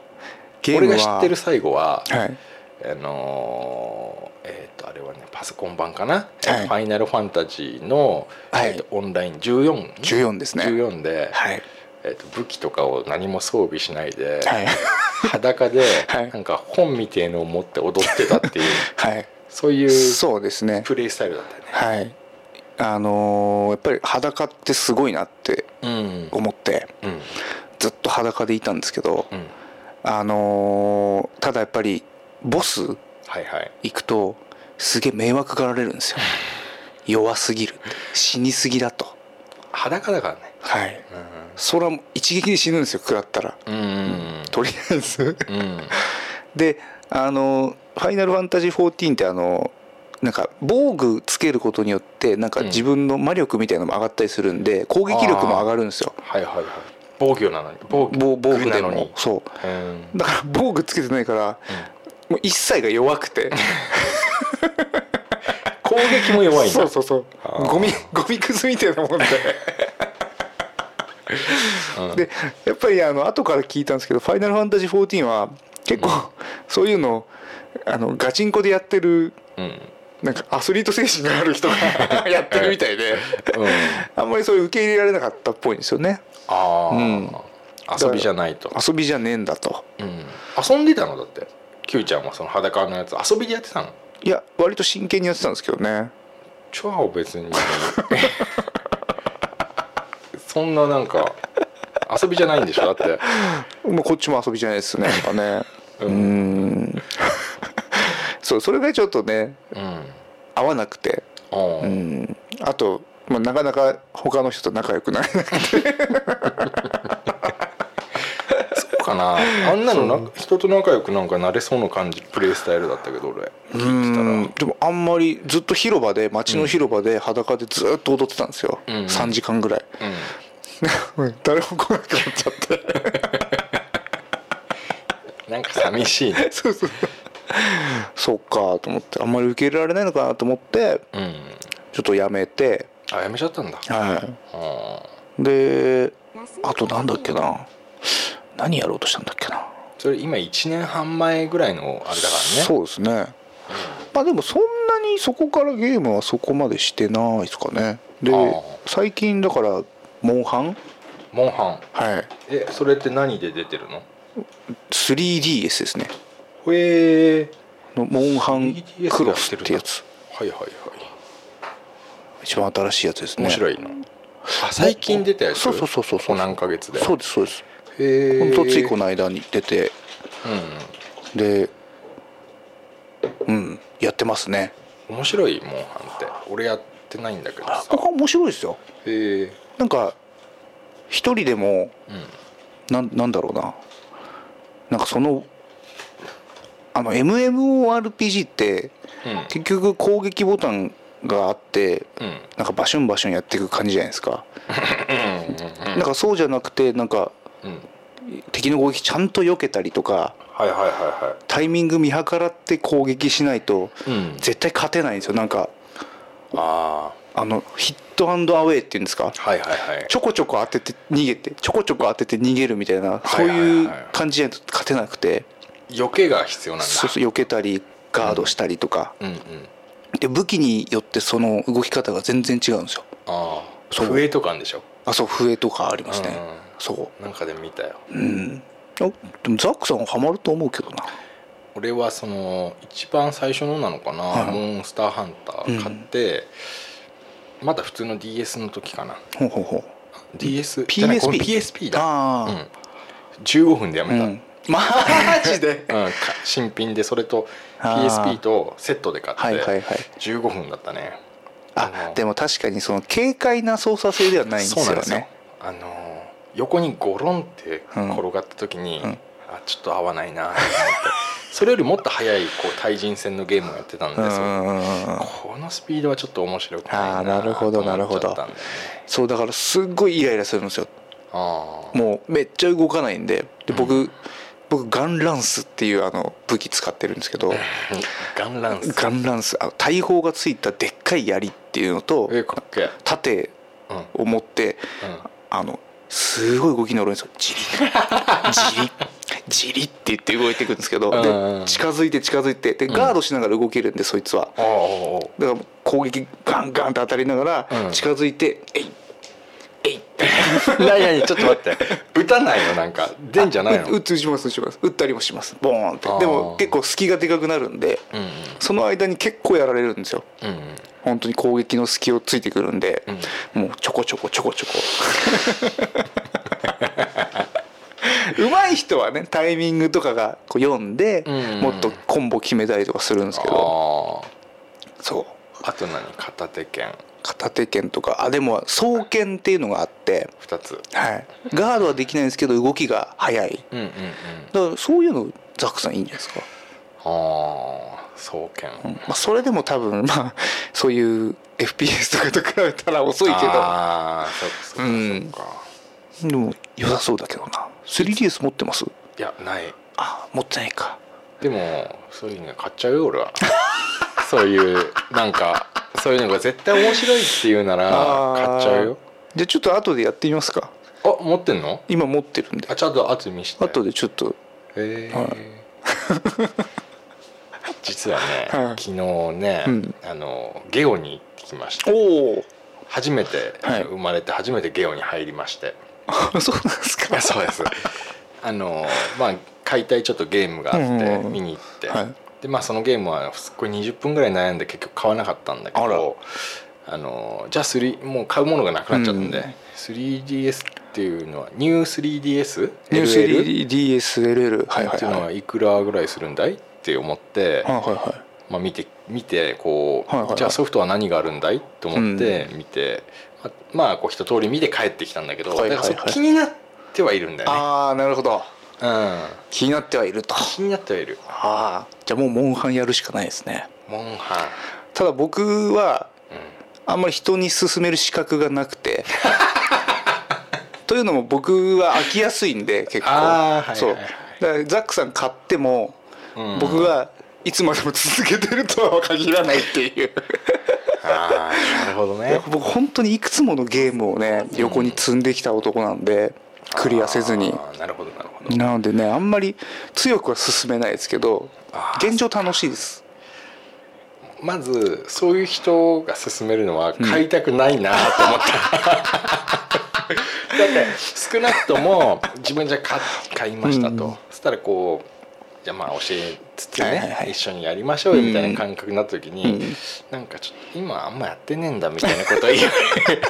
S4: ゲームは
S3: 俺が知ってる最後は、
S4: はい
S3: あのーえっ、とあれはねパソコン版かな、
S4: はい
S3: ファイナルファンタジーの、
S4: は
S3: え
S4: い
S3: ーとオンライン14
S4: 14ですね
S3: 14で、
S4: はい
S3: えーと武器とかを何も装備しないで、
S4: はい
S3: 裸で、
S4: はい
S3: なんか本みてえのを持って踊ってたっていう
S4: はい
S3: そういう
S4: そうですね
S3: プレイスタイルだったよね。
S4: はいあのーやっぱり裸ってすごいなって
S3: うん
S4: 思って
S3: うん
S4: ずっと裸でいたんですけど
S3: うん
S4: あのーただやっぱりボス
S3: はいはい
S4: 行くとすげえ迷惑がられるんですよ弱すぎるって死にすぎだと
S3: 裸だからね。
S4: はいそれはもう一撃で死ぬんですよ食らったら
S3: うんうん
S4: とりあえず
S3: うんうん
S4: であの「ファイナルファンタジー14」ってあのなんか防具つけることによってなんか
S3: うん
S4: 自分の魔力みたいなのも上がったりするんで攻撃力も上がるんですよ
S3: はいはいはい防御なのに防
S4: 防防具
S3: な
S4: で
S3: の
S4: も
S3: に
S4: そ
S3: うん
S4: うだから防具つけてないから、もう一切が弱くて
S3: 攻撃も弱いんだ
S4: そうそうそう
S3: あー
S4: ゴミゴミくずみたいなもんで
S3: うん
S4: でやっぱりあの後から聞いたんですけど「ファイナルファンタジー14」は結構、そういうのあのガチンコでやってる
S3: うん
S4: なんかアスリート精神がある 人がやってるみたいで
S3: うん
S4: あんまりそれ受け入れられなかったっぽいんですよね
S3: ああ、
S4: うん
S3: 遊びじゃないと、
S4: 遊びじゃねえんだと
S3: うん、遊んでたのだってキューちゃんはその裸のやつ遊びでやってたの
S4: いや割と真剣にやってたんですけどね
S3: 超別にそんななんか遊びじゃないんでしょだって
S4: もうこっちも遊びじゃないですねやっぱ ね
S3: う
S4: うーんそうそれがちょっとね
S3: うん
S4: 合わなくて
S3: おー
S4: うんあと、まあ、なかなか他の人と仲良くなれなくて
S3: そうかなあんなのなんか人と仲良くなんかなれそうな感じプレイスタイルだったけど俺
S4: うんでもあんまりずっと広場で街の広場で裸でずっと踊ってたんですよ、
S3: んうん
S4: 3時間ぐらい、 誰も来なくなっちゃって
S3: なんか寂しいね
S4: そうそう そうかと思ってあんまり受け入れられないのかなと思って
S3: うん
S4: ちょっとやめて
S3: あやめちゃったんだ
S4: は
S3: あ
S4: いであとなんだっけな何やろうとしたんだっけな
S3: ーそれ今1年半前ぐらいのあれだからね
S4: そうですねまあでもそんなにそこからゲームはそこまでしてないですかねで
S3: あー
S4: 最近だからモンハン
S3: モンハン
S4: はい
S3: えそれって何で出てるの
S4: 3DS ですね
S3: へえ
S4: のモンハン
S3: 3DS
S4: クロスってやつ
S3: はいはいはい
S4: 一番新しいやつですね
S3: 面白いなあ最近出たやつ
S4: そうそうそうそう
S3: ここ何ヶ月で
S4: そうですそうです
S3: へえ
S4: 本当ついこ
S3: な
S4: の間に出てでうんやってますね
S3: うん面白いモンハンって俺やってないんだけどさ
S4: ここ面白いですよ
S3: へえ
S4: なんか一人でも
S3: うん
S4: なんなんだろうななんかそのあの MMORPG って
S3: うん
S4: 結局攻撃ボタンがあって
S3: うん
S4: なんかバシュンバシュンやっていく感じじゃないですかなんかそうじゃなくてなんか
S3: うん
S4: 敵の攻撃ちゃんと避けたりとか
S3: はいはいはいは
S4: タイミング見計らって攻撃しないと
S3: いうん
S4: 絶対勝てないんですよなんか
S3: あ
S4: あのヒットアンドアウェイっていうんですか
S3: あはいはいはい
S4: ちょこちょこ当てて逃げてちょこちょこ当てて逃げるみたいなそう
S3: はいいうはいはい
S4: 感じじゃないと勝てなくて
S3: 避けが必要なんだ
S4: そうそう避けたりガードしたりとか
S3: うんうん
S4: で武器によってその動き方が全然違うんですよ
S3: ああ
S4: そう
S3: 笛とかあんでしょ
S4: あそう笛とかありますね
S3: うんうん
S4: そ
S3: なんかで見たよ
S4: うあでもザックさんはハマると思うけどな
S3: 俺はその一番最初のなのかな、
S4: はい
S3: モンスターハンター買って、まだ普通の DS の時かな
S4: ほうほうほう
S3: DS じゃないこれ PSP
S4: PSP
S3: だ、
S4: あ
S3: う
S4: あ
S3: ん、15分でやめた、
S4: う
S3: うん
S4: ん マ ジで
S3: か新品でそれと
S4: あー
S3: PSP とセットで買って
S4: はいはいはい
S3: 15分だったね、
S4: あ
S3: の
S4: でも確かにその軽快な操作性ではないんです
S3: そうなん
S4: よ
S3: ですよ
S4: ね
S3: あの横にゴロンって
S4: うん
S3: 転がった時に、
S4: ん
S3: あちょっと合わないなと思って それよりもっと速いこう対人戦のゲームをやってたん
S4: う
S3: ですよ、
S4: んうんうんうん
S3: このスピードはちょっと面白くない
S4: あーなるほどなるほど
S3: と思っちゃったんだよね
S4: そうだからすっごいイライラするんですよ
S3: あー
S4: もうめっちゃ動かないんでで僕、僕ガンランスっていうあの武器使ってるんですけど
S3: ガンランス
S4: ガンランスあの大砲がついたでっかい槍っていうのと
S3: えかっけえ
S4: 盾
S3: うんうん
S4: を持ってあのすごい動きのるんですよジリジリジリって言って動いていくんですけど
S3: うん
S4: で近づいて近づいてでガードしながら動けるんでそいつは
S3: あーおーおー
S4: だから攻撃ガンガンって当たりなが
S3: う
S4: ら
S3: ん
S4: 近づいて「えいえい」って
S3: 何何ちょっと待って打たないのなんか出んじゃないの
S4: う打つ打ちます打ちます打ったりもしますボーンって
S3: あー
S4: でも結構隙がでかくなるんで
S3: うん
S4: その間に結構やられるんですよ
S3: うん
S4: 本当に攻撃の隙をついてくるんで
S3: うん、
S4: もうちょこちょこちょこちょ こ上手い人はねタイミングとかがこう読んで、
S3: うん
S4: もっとコンボ決めたりとかするんですけど
S3: あ
S4: そう
S3: ああと何片手剣
S4: 片手剣とかあでも双剣っていうのがあって、
S3: 2つ
S4: はい、ガードはできないんですけど動きが速い
S3: うんうんうん
S4: だからそういうのザックさんいいんじゃないですか
S3: ああ双剣
S4: まあ、それでも多分まあそういう FPS とかと比べたら遅いけ
S3: ああそっかそっかそっか
S4: どでも良さそうだけどな 3DS 持ってます
S3: いやない
S4: あ持ってないか
S3: でもそういうの買っちゃうよ俺は そういうなんかそういうのが絶対面白いっていうなら買っちゃうよ
S4: じゃあちょっと後でやってみますか
S3: あ持ってんの
S4: 今持ってるんで
S3: あちょっと後で見して
S4: 後でちょっと
S3: へえ、
S4: はい
S3: 実はね、
S4: はい
S3: 昨日ね、
S4: うん
S3: あのゲオに行ってきました
S4: お
S3: 初めて、
S4: はい
S3: 生まれて初めてゲオに入りまして
S4: お そうなんです
S3: い
S4: か
S3: やそうですあのまあ解体ちょっとゲームがあ
S4: うん
S3: っ
S4: うん
S3: て
S4: うん
S3: 見に行って、
S4: はい
S3: でまあそのゲームはすっごい20分ぐらい悩んで結局買わなかったんだけどあのじゃあ3もう買うものがなくなっちゃったんで、
S4: うん
S3: 3DS っていうのはニュー 3DS?
S4: ニュ
S3: LL?
S4: ース 3DSLL はい
S3: っ
S4: はい
S3: ていうの
S4: は
S3: はいいくらぐらいするんだいって思って、
S4: はいはいはい
S3: まあ、見て見てこう、
S4: はいはいはい
S3: じゃあソフトは何があるんだいと思って見て、まあまあこう一通り見て帰ってきたんだけど、
S4: はいはいはい
S3: だからそう気になってはいるんだよね、
S4: ああなるほど
S3: うん、
S4: 気になってはいると
S3: 気になってはいる
S4: ああじゃあもうモンハンやるしかないですね
S3: モンハン
S4: ただ僕はあんまり人に勧める資格がな くてというのも僕は飽きやすいんで結構
S3: あーはいはいはい
S4: そうだからザックさん買っても、
S3: うん
S4: 僕はいつまでも続けてるとは限らないっていう
S3: ああなるほどね
S4: 僕本当にいくつものゲームをね横に積んできた男なんでクリアせずに
S3: あーなるほどなるほど
S4: なのでねあんまり強くは勧めないですけど
S3: あー
S4: 現状楽しいです
S3: まずそういう人が勧めるのは買いたくないなと思った、 だって少なくとも自分じゃ買買いましたと、そしたらこうじゃあまあ教えつつね、
S4: はいはいはい
S3: 一緒にやりましょうよみたいな感覚になった時に、
S4: うん
S3: なんかちょっと今あんまやってねえんだみたいなことを言われ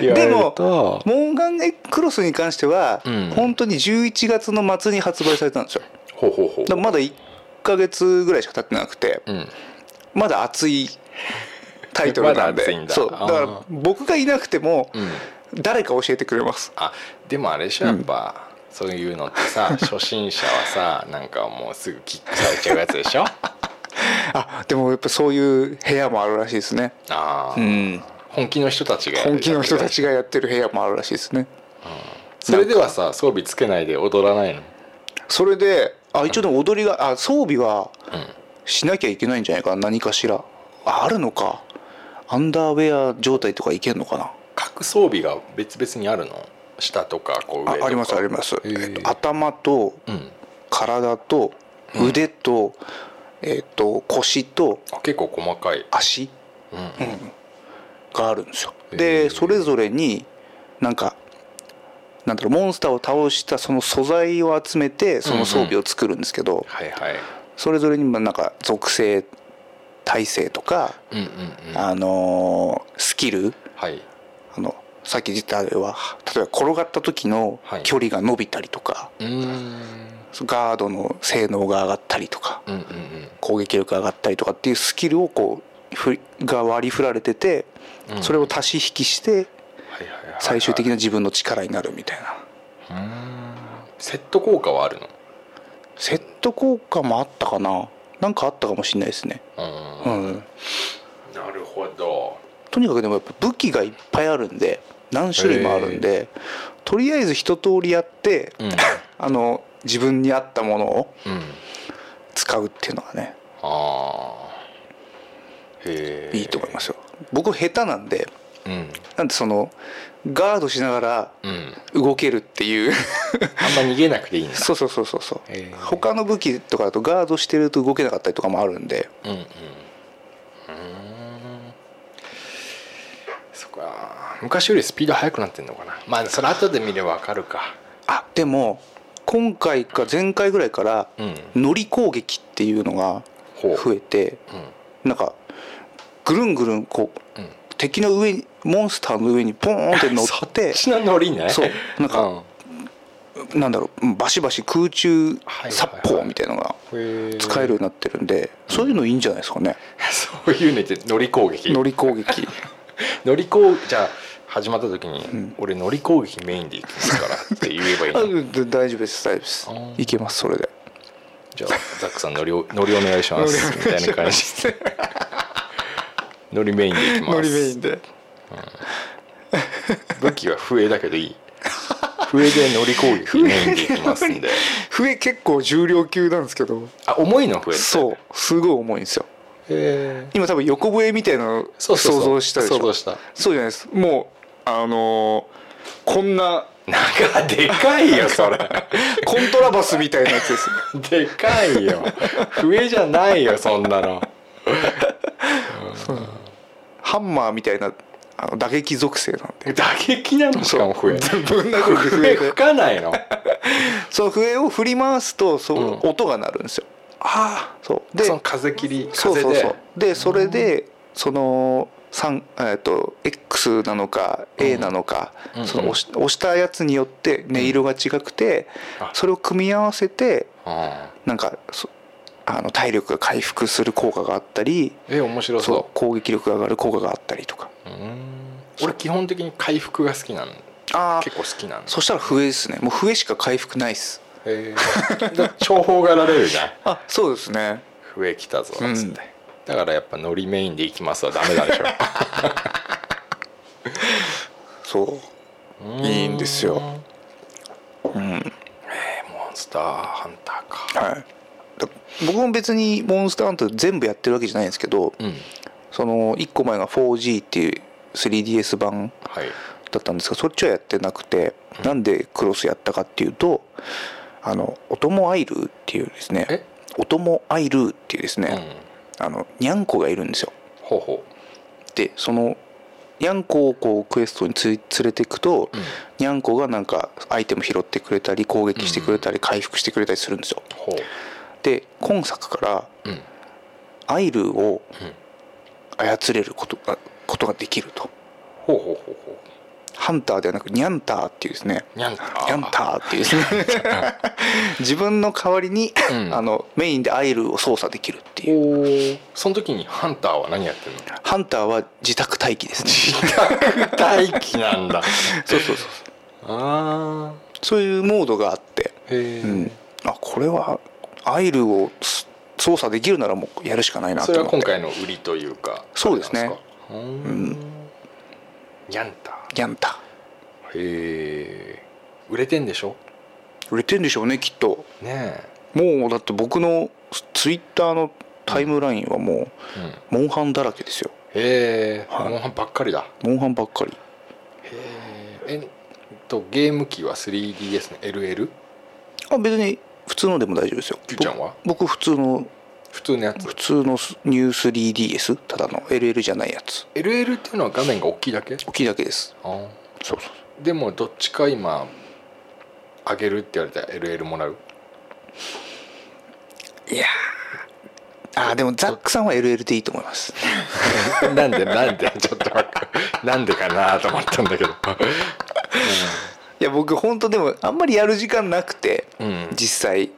S3: 言われ
S4: で
S3: る
S4: も
S3: と
S4: モンガンエクロスに関しては、
S3: うん
S4: 本当に11月の末に発売されたんですよ
S3: ほうほうほう
S4: だからまだ1ヶ月ぐらいしか経ってなくて、
S3: うん
S4: まだ熱いタイトルなんで
S3: まだ熱いんだ
S4: そうだ
S3: あー
S4: から僕がいなくても、
S3: うん
S4: 誰か教えてくれます
S3: あでもあれでしょやっぱ、そういうのって さ初心者はさなんかもうすぐキックされちゃうやつで しょ
S4: あでもやっぱそういう部屋もあるらしいですね
S3: ああ、
S4: うん
S3: 本気の人たちが
S4: 本気の人たちがやってる部屋もあるらしいですね
S3: それではさ装備つけないで踊らないの
S4: それであ一応でも踊りがあ装備はしなきゃいけないんじゃないかな何かしらああるのかアンダーウェア状態とかいけんのかな
S3: 各装備が別々にあるの下とかこう上と
S4: あ
S3: か
S4: ありますあります、
S3: へー
S4: えっと頭と
S3: うん
S4: 体と腕と、えっと腰と
S3: あ結構細かい、
S4: 足
S3: うん
S4: があるんですよ
S3: へ
S4: で
S3: ー
S4: それぞれになんかなんだろうモンスターを倒したその素材を集めてその装備を作るんですけど、
S3: はいはい
S4: それぞれにまあなんか属性耐性とか、
S3: うんうんうん
S4: あのースキル
S3: はい
S4: あのさっき言ったあれは例えば転がった時の
S3: はい
S4: 距離が伸びたりとか、
S3: うーん
S4: ガードの性能が上がったりとか
S3: うんうんうん
S4: 攻撃力が上がったりとかっていうスキルをこうふりが割り振られてて、
S3: うん
S4: それを足し引きして
S3: はいはいはいはい
S4: 最終的な自分の力になるみたいな、
S3: うーんセット効果はあるの
S4: セット効果もあったかななんかあったかもしれないですね、
S3: うん
S4: うん、
S3: なるほど
S4: とにかくでもやっぱ武器がいっぱいあるんで何種類もあるんでとりあえず一通りやって、
S3: うん
S4: あの自分に合ったものを
S3: うん
S4: 使うっていうのがね
S3: ああへえ
S4: いいと思いますよ僕下手なんで
S3: うん
S4: なんでそのガードしながら
S3: うん
S4: 動けるっていう
S3: あんま逃げなくていいんだ
S4: そうそうそうそうそう
S3: へえ
S4: 他の武器とかだとガードしてると動けなかったりとかもあるんで
S3: うんうんうーんそっか昔よりスピード速くなってんのかなまあそれ後で見ればわかるか
S4: あでも今回か前回ぐらいから
S3: うん
S4: 乗り攻撃っていうのが
S3: ほう
S4: 増えて
S3: う
S4: なんかぐるんぐるんこう、
S3: うん
S4: 敵の上にモンスターの上にポーンって乗っ て
S3: ちのノリね
S4: そうなんか
S3: うん
S4: なんだろううんバシバシ空中
S3: はいはいはい
S4: 殺法みたいなのが
S3: へえ
S4: 使えるようになってるんでそういうのいいんじゃないですかね
S3: そういうのってノリ攻撃
S4: 乗り 攻撃
S3: ノリ攻じゃあ始まった時に、俺ノリ攻撃メインで行きますからって言えばいい
S4: あ
S3: の
S4: で大丈夫です大丈夫です
S3: あー
S4: いけますそれで
S3: じゃあザックさんノリをノリお願いしますみ たいな感じでノリメインでいきます
S4: で
S3: 武器は笛だけどいい笛でノリ攻撃メインでいきます んで
S4: 笛結構重量級なんですけど
S3: あ重いの笛って
S4: そうすごい重いんですよ
S3: へえ
S4: 今多分横笛みたいなの
S3: そ
S4: 想
S3: うそうそう
S4: 像したでしょ
S3: 想像した
S4: そうじゃないですもうあのーこんな
S3: なんかでかいよそれ
S4: コントラバスみたいなやつ です
S3: でかいよ笛じゃないよそんなの
S4: ハンマーみたいなあの打撃属性なんで
S3: 打撃なのしかも笛
S4: ぶん殴る
S3: 笛
S4: 笛
S3: 吹
S4: で
S3: かないの
S4: その笛を振り回すとそう、
S3: うん
S4: 音が鳴るんですよ
S3: あ
S4: そう
S3: で
S4: で
S3: その風切り
S4: そう
S3: 風で
S4: そうそうでそれでその三えー、と X なのか A なのか、
S3: うん
S4: その押し押したやつによって音色が違くて、
S3: うんあ
S4: それを組み合わせて
S3: あ
S4: なんかそあの体力が回復する効果があったり
S3: え面白
S4: そう
S3: そ
S4: 攻撃力が上がる効果があったりとか
S3: ううん俺基本的に回復が好きなの
S4: ああ
S3: 結構好きなの
S4: そしたら笛ですねもう笛しか回復ないっす
S3: へえだ重宝がられるじゃん
S4: あそうですね
S3: 増えきたぞ
S4: うん
S3: つって、だからやっぱノリメインで行きますはダメなんでしょ
S4: そう いいんですよ
S3: えモンスターハンターか
S4: はいだ僕も別にモンスターハンター全部やってるわけじゃないんですけど、
S3: うん
S4: その1個前が 4G っていう 3DS 版
S3: はい
S4: だったんですがそっちはやってなくて、なんでクロスやったかっていうとあの「おともアイルー」っていうですね
S3: え
S4: 「おともアイルー」っていうです
S3: うん
S4: ね、あのにゃんこがいるんですよ
S3: ほうほ
S4: でそのにゃんこをこうクエストにつ連れていくと、
S3: う、うん、
S4: にゃんこがなんかアイテム拾ってくれたり攻撃してくれたり回復してくれたりするんですよ
S3: ほ
S4: で今作から
S3: ううん
S4: アイルーを
S3: うん
S4: 操れることがことができると
S3: ほうほうほうほ
S4: ハンターではなくニャンターっていうですね
S3: うにゃんた
S4: ニャンターっていうで すね自分の代わりに、
S3: うん
S4: あのメインでアイルーを操作できるっていう
S3: おーその時にハンターは何やって んの
S4: ハンターは自宅待機ですね
S3: 大気なんだ
S4: そうそうそう
S3: あ
S4: そういうモードがあって、
S3: ーへえ、
S4: うん、あこれはアイルーを操作できるならもうやるしかないな
S3: そ
S4: と
S3: れ
S4: 思
S3: は
S4: って
S3: 今回の売りというか
S4: そうですね
S3: あれなんかうーんにゃんた
S4: ニャンター
S3: へえ売れてんでしょ
S4: 売れてんでしょうねきっと
S3: ね
S4: もうだって僕のツイッターのタイムラインはも
S3: え、うん、
S4: うモンハンだらけですよ
S3: へえ、
S4: はい
S3: モンハンばっかりだ
S4: モンハンばっかり
S3: へええっとゲーム機は 3DS の LL
S4: あ別に普通のでも大丈夫ですよ
S3: キューちゃんは
S4: 僕僕普通の
S3: 普通のやつ
S4: 普通のスニュー 3DS ただの LL じゃないやつ
S3: LL っていうのは画面が大きいだけ
S4: 大きいだけです
S3: あー
S4: そうそう
S3: でもどっちか今あげるって言われたら LL もらう
S4: あーでもザックさんは LL でいいと思います
S3: なんでなんでちょっと待ってなんでかなと思ったんだけど
S4: いや僕本当でもあんまりやる時間なくて、
S3: うん
S4: 実際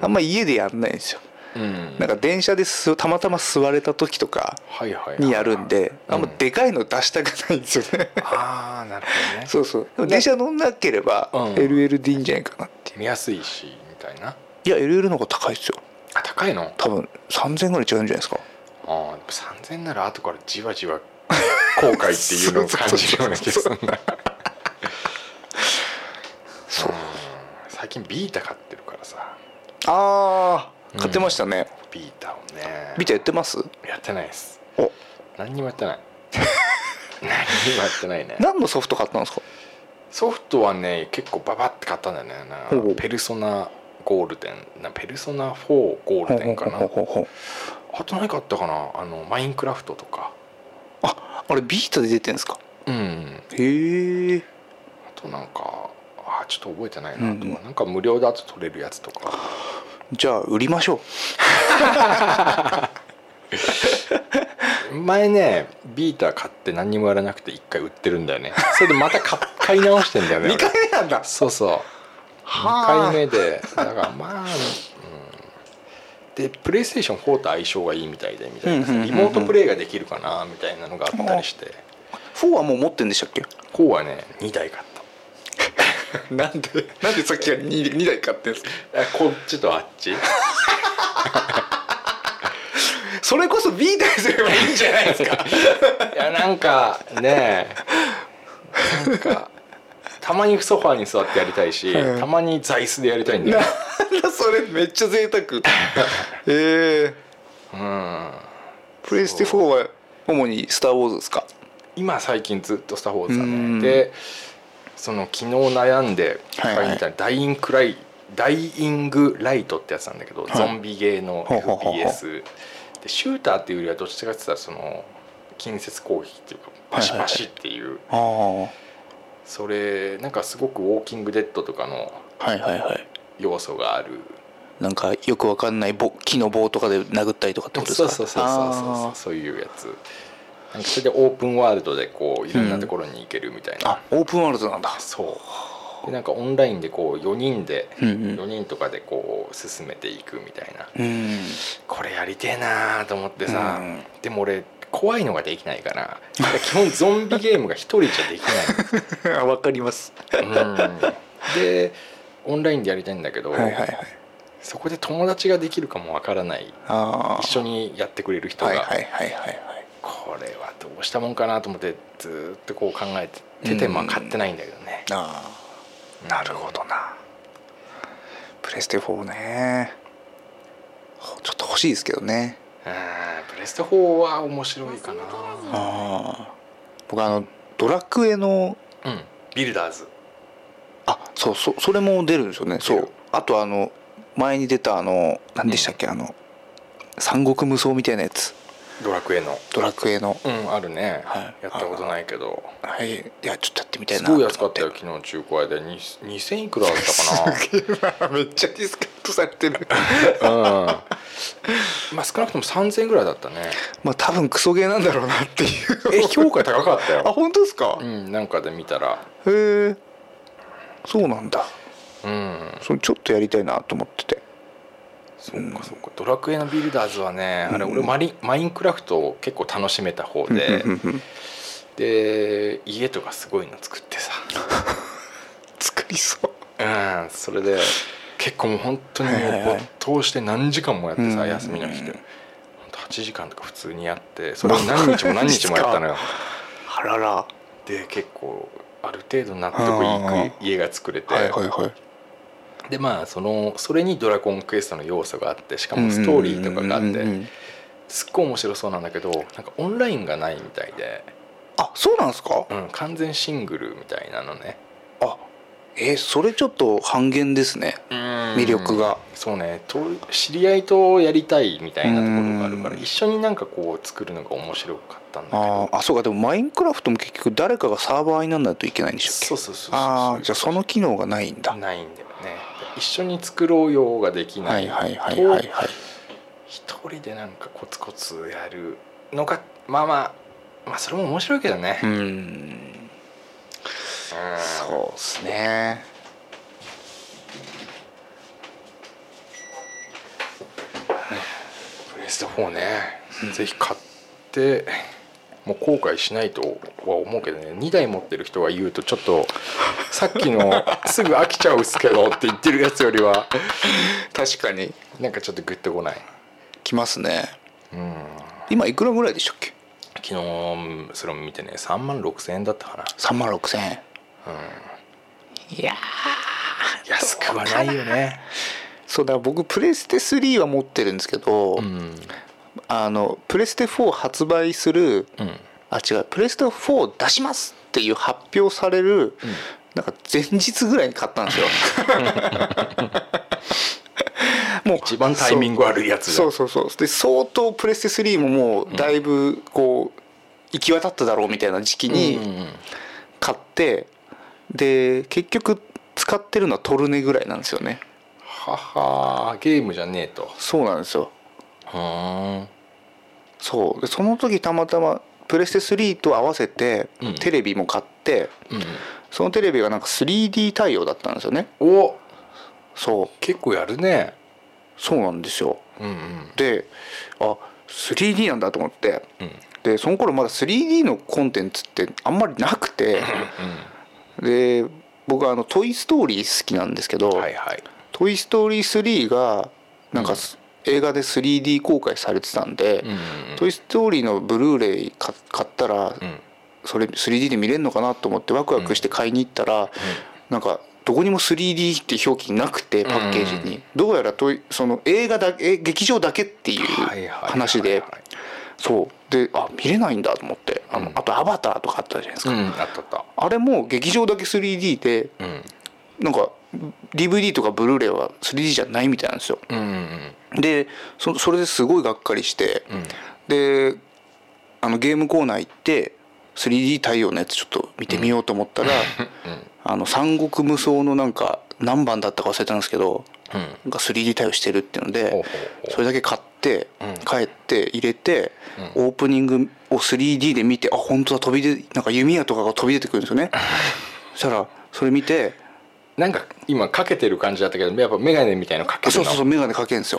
S4: あんまり家でやんないんですよ
S3: うん
S4: なんか電車ですたまたま座れた時とか
S3: はいはいはい
S4: にやるんであんまでかいの出したくないんですよね、
S3: ああなるほどね
S4: そうそうでも電車乗んなければ
S3: うん
S4: LL でいいんじゃないかなってい
S3: 見やすいしみたいな
S4: ういや LL の方が高いですよ
S3: あ高いの
S4: 多分3000ぐらい違うんじゃないですか
S3: ああ3000なら後からじわじわ後悔っていうのを感じるような気がするんだ
S4: そう
S3: 最近ビータ買ってるからさ
S4: ああ買ってましたね、
S3: ビータをね
S4: ビタやってます
S3: やってないです
S4: お
S3: 何にもやってない 何にもやってないね
S4: 何のソフト買ったんですか
S3: ソフトはね結構ババって買ったんだよねなんか
S4: ほうほう
S3: ペルソナゴールデンなペルソナ4ゴールデンかな
S4: ほうほうほうほう
S3: あと何かあったかなあのマインクラフトとか
S4: ああれビータで出てんですか
S3: うん
S4: へえ
S3: あとなんかあちょっと覚えてないなとか、
S4: うんうん
S3: なんか無料だと取れるやつとか
S4: じゃあ売りましょう
S3: 前ねビータ買って何にもやらなくて一回売ってるんだよねそれでまた買買い直してんだよ ね
S4: 2回目なんだ
S3: そうそう
S4: はあ
S3: 2回目でだからまあ、うん、でプレイステーション4と相性がいいみたいでみたいな
S4: うんうんうんうん
S3: リモートプレイができるかなみたいなのがあったりして
S4: 4はもう持ってんでしたっけ
S3: 4はね2台買った
S4: なんでなんでさっきから 2, 台買ってんすか
S3: えこっちとあっ ち
S4: それこそビータにすればいいんじゃないですか
S3: いやなんかねなんかたまにソファーに座ってやりたいし、
S4: うん
S3: たまに座椅子でやりたいんだよね
S4: なんだそれめっちゃ贅沢 ええ
S3: うん
S4: プレイステ4は主に「スター・ウォーズ」ですか
S3: 今最近ずっと「スター・ウォーズ」だ
S4: うん
S3: ねでその昨日悩んで
S4: はいはい
S3: 買いに行ったダイインクライダイイングライトってやつなんだけど、
S4: い
S3: ゾンビゲーの
S4: ほうほうほうほう
S3: FPS でシューターっていうよりはどっちかって言ったらその近接攻撃っていうかパシパシっていう、
S4: ああは
S3: それなんかすごく「ウォーキングデッド」とかの
S4: いはいはい
S3: 要素がある
S4: なんかよくわかんない棒木の棒とかで殴ったりとかってことですか
S3: そうそうそうそうそうそうそういうやつなんかそれでオープンワールドでこういろんなところに行けるみたいな、
S4: あーあオープンワールドなんだ
S3: そうでなんかオンラインでこう4人で、
S4: うんうん
S3: 4人とかでこう進めていくみたいな
S4: うん
S3: これやりてえなーと思ってさ、
S4: うん
S3: でも俺怖いのができないからだから基本ゾンビゲームが1人じゃできないの
S4: あ わかります
S3: うんでオンラインでやりたいんだけど、
S4: はいはいはい
S3: そこで友達ができるかもわからない
S4: あ
S3: 一緒にやってくれる人
S4: あ
S3: が、
S4: はいはいはいはいはい
S3: これはどうしたもんかなと思ってずーっとこう考えてて、
S4: うん
S3: まあ買ってないんだけどね
S4: ああなるほどなプレステ4ねほちょっと欲しいですけどね
S3: うんプレステ4は面白いかな
S4: ああ僕あのドラクエの
S3: うんビルダーズ
S4: あそうそうそれも出るんですよねそ
S3: 出
S4: う
S3: る
S4: あとあの前に出たあの何でしたっけ、あの三国無双みたいなやつ
S3: ドラクエの
S4: ドラクエの
S3: うんあるね、
S4: はい
S3: やったことないけど
S4: はいいやちょっとやってみたい
S3: す
S4: なと
S3: ごい
S4: 思って
S3: 安かったよ昨日中古屋でに2000いくらだった
S4: めっちゃディスカットされ てる
S3: かなうんまあ少なくとも3000円ぐらいだったね
S4: まあ多分クソゲーなんだろうなっていう
S3: え評価高かった
S4: あ
S3: よ
S4: 本当です か、
S3: う
S4: へ
S3: んなんかで見たら
S4: えそうなんだ
S3: うん
S4: それちょっとやりたいなと思ってて
S3: そうかそうかドラクエのビルダーズはねあれ俺マリマインクラフトを結構楽しめた方で
S4: うんうんうん
S3: で家とかすごいの作ってさ
S4: 作りそう
S3: うんそれで結構もう本当にもう
S4: はいはいはい
S3: 没頭して何時間もやって
S4: うんうん
S3: さ
S4: うん
S3: 休みの日で本当8時間とか普通にやってそれを 何日も何日もやったのよ
S4: あららは
S3: で結構ある程度納得いく家が作れて
S4: いはいはい
S3: でまあそのそれに「ドラゴンクエスト」の要素があってしかもストーリーとかがあ
S4: う
S3: っ
S4: んうんうんう
S3: て
S4: ん
S3: すっごい面白そうなんだけどなんかオンラインがないみたいで、
S4: あそうなんですか、
S3: うん、完全シングルみたいなのね
S4: あえーそれちょっと半減ですね魅力が
S3: そうねと知り合いとやりたいみたいなところがあるから
S4: うん
S3: 一緒になんかこう作るのが面白かったんだけ
S4: あ
S3: ど
S4: ーあそうかでもマインクラフトも結局誰かがサーバーになんないといけないんでしょ
S3: そう
S4: う
S3: そうそうそう
S4: ああじゃあその機能がないんだ
S3: ないんだよね一緒に作ろうよができな
S4: はいいはいはいはい
S3: と
S4: はい
S3: 一人でなんかコツコツやるのがまあまあまあそれも面白いけどね、
S4: う
S3: うん
S4: んそうですね
S3: プレステ4ね、ぜひ買ってもう後悔しないとは思うけどね2台持ってる人が言うとちょっとさっき の「すぐ飽きちゃうっすけど」って言ってるやつよりは
S4: 確かに
S3: なんかちょっとグッとこない
S4: きますね
S3: うん
S4: 今いくらぐらいでしたっけ
S3: 昨日それも見てね3万6000円だったかな
S4: 3万6千円いや
S3: 安くはないよね
S4: そうだ僕プレステ3は持ってるんですけど、
S3: うん
S4: あのプレステ4発売する、
S3: うん
S4: あ違うプレステ4出しますっていう発表される、なんか前日ぐらいに買った んですよもう
S3: 一番タイミング悪いやつじゃ
S4: そ
S3: ん
S4: うそうそうそうで相当プレステ3ももうだいぶこう行き渡っただろうみたいな時期
S3: うんう
S4: に
S3: んうん
S4: 買って、で結局使ってるのはトルネぐらいなんですよね
S3: ははゲームじゃねえと
S4: そうなんですよ
S3: うん
S4: そうでその時たまたまプレステ3と合わせて
S3: うん
S4: テレビも買って、
S3: うん
S4: そのテレビがなんか 3D 対応だったんですよね
S3: お
S4: そう
S3: 結構やるね
S4: そうなんですよ
S3: うんうん
S4: であ 3D なんだと思って
S3: うん
S4: でその頃まだ 3D のコンテンツってあんまりなくてで僕はあの「トイ・ストーリー」好きなんですけど「
S3: はいはい
S4: トイ・ストーリー3」がなんかす、映画で 3D 公開されてたんで「
S3: うんうん
S4: トイ・ストーリー」のブルーレイ買買ったら、
S3: うん
S4: それ 3D で見れるのかなと思ってワクワクして買いに行ったら、なんかどこにも 3D って表記なくてパッケージに、どうやらといその映画だけえ劇場だけっていう
S3: はいはいはいはい
S4: 話でそうであ見れないんだと思ってあの、
S3: うん
S4: あと「アバター」とかあったじゃないです
S3: う
S4: か、
S3: んあったあった
S4: あれも劇場だけ 3D で
S3: うん
S4: なんか DVD とかブルーレイは 3D じゃないみたいなんですよ
S3: うんうん
S4: でそそれですごいがっかりして、
S3: うん
S4: であのゲームコーナー行って 3D 対応のやつちょっと見てみようと思ったら、あの三国無双のなんか何番だったか忘れたんですけど
S3: うん
S4: なんか 3D 対応してるっていうので、
S3: ほうほうほう
S4: それだけ買って、
S3: うん
S4: 帰って入れて、オープニングを 3D で 見てあ本当だ飛び出なんか弓矢とかが飛び出てくるんですよねそしたらそれ見て
S3: なんか今かけてる感じだったけどやっぱ眼鏡みたいのかけてる
S4: あそう
S3: の
S4: そうそう眼鏡かけるんですよ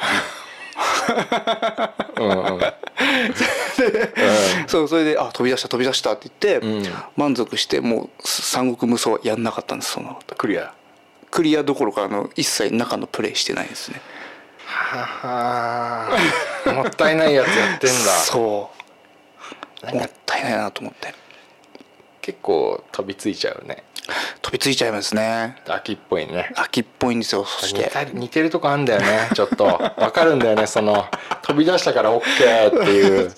S4: そうそれで「あ飛び出した飛び出した」って言って、満足してもう三国無双はやんなかったんですその後
S3: クリア
S4: クリアどころかあの一切中のプレイしてないんですね
S3: ははもったいないやつや ってんだ
S4: そうもったいないなと思って
S3: 結構飛びついちゃうね
S4: 飛びついちゃいますね
S3: 秋っぽいね
S4: 秋っぽいんですよそし
S3: 似
S4: て
S3: た似てるとこあんだよねちょっとわかるんだよねその飛び出したから OK っていう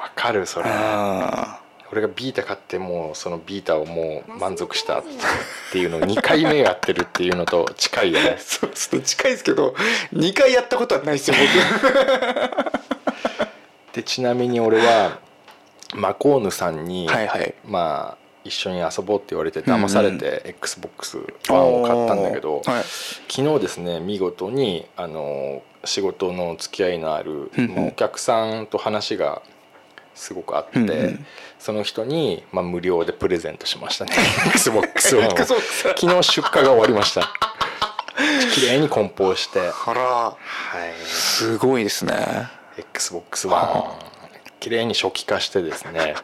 S3: わかるそれ
S4: あ
S3: 俺がビータ買ってもうそのビータをもう満足したっていうのを2回目やってるっていうのと近いよね
S4: そうそう近いですけど2回やったことはないですよ僕
S3: でちなみに俺はマコーヌさんに、
S4: はいはい
S3: まあ一緒に遊ぼうって言われて
S4: んうん
S3: 騙されて XBOX1 を買ったんだけど、
S4: おーはい
S3: 昨日ですね見事にあの仕事の付き合いのある
S4: うんうん
S3: まあお客さんと話がすごくあって、
S4: うんうん
S3: その人に、まあ、無料でプレゼントしました ね XBOX1 を
S4: XBOX
S3: 昨日出荷が終わりました綺麗に梱包しては
S4: あら
S3: い
S4: すごいですね
S3: XBOX1 綺麗に初期化してです ね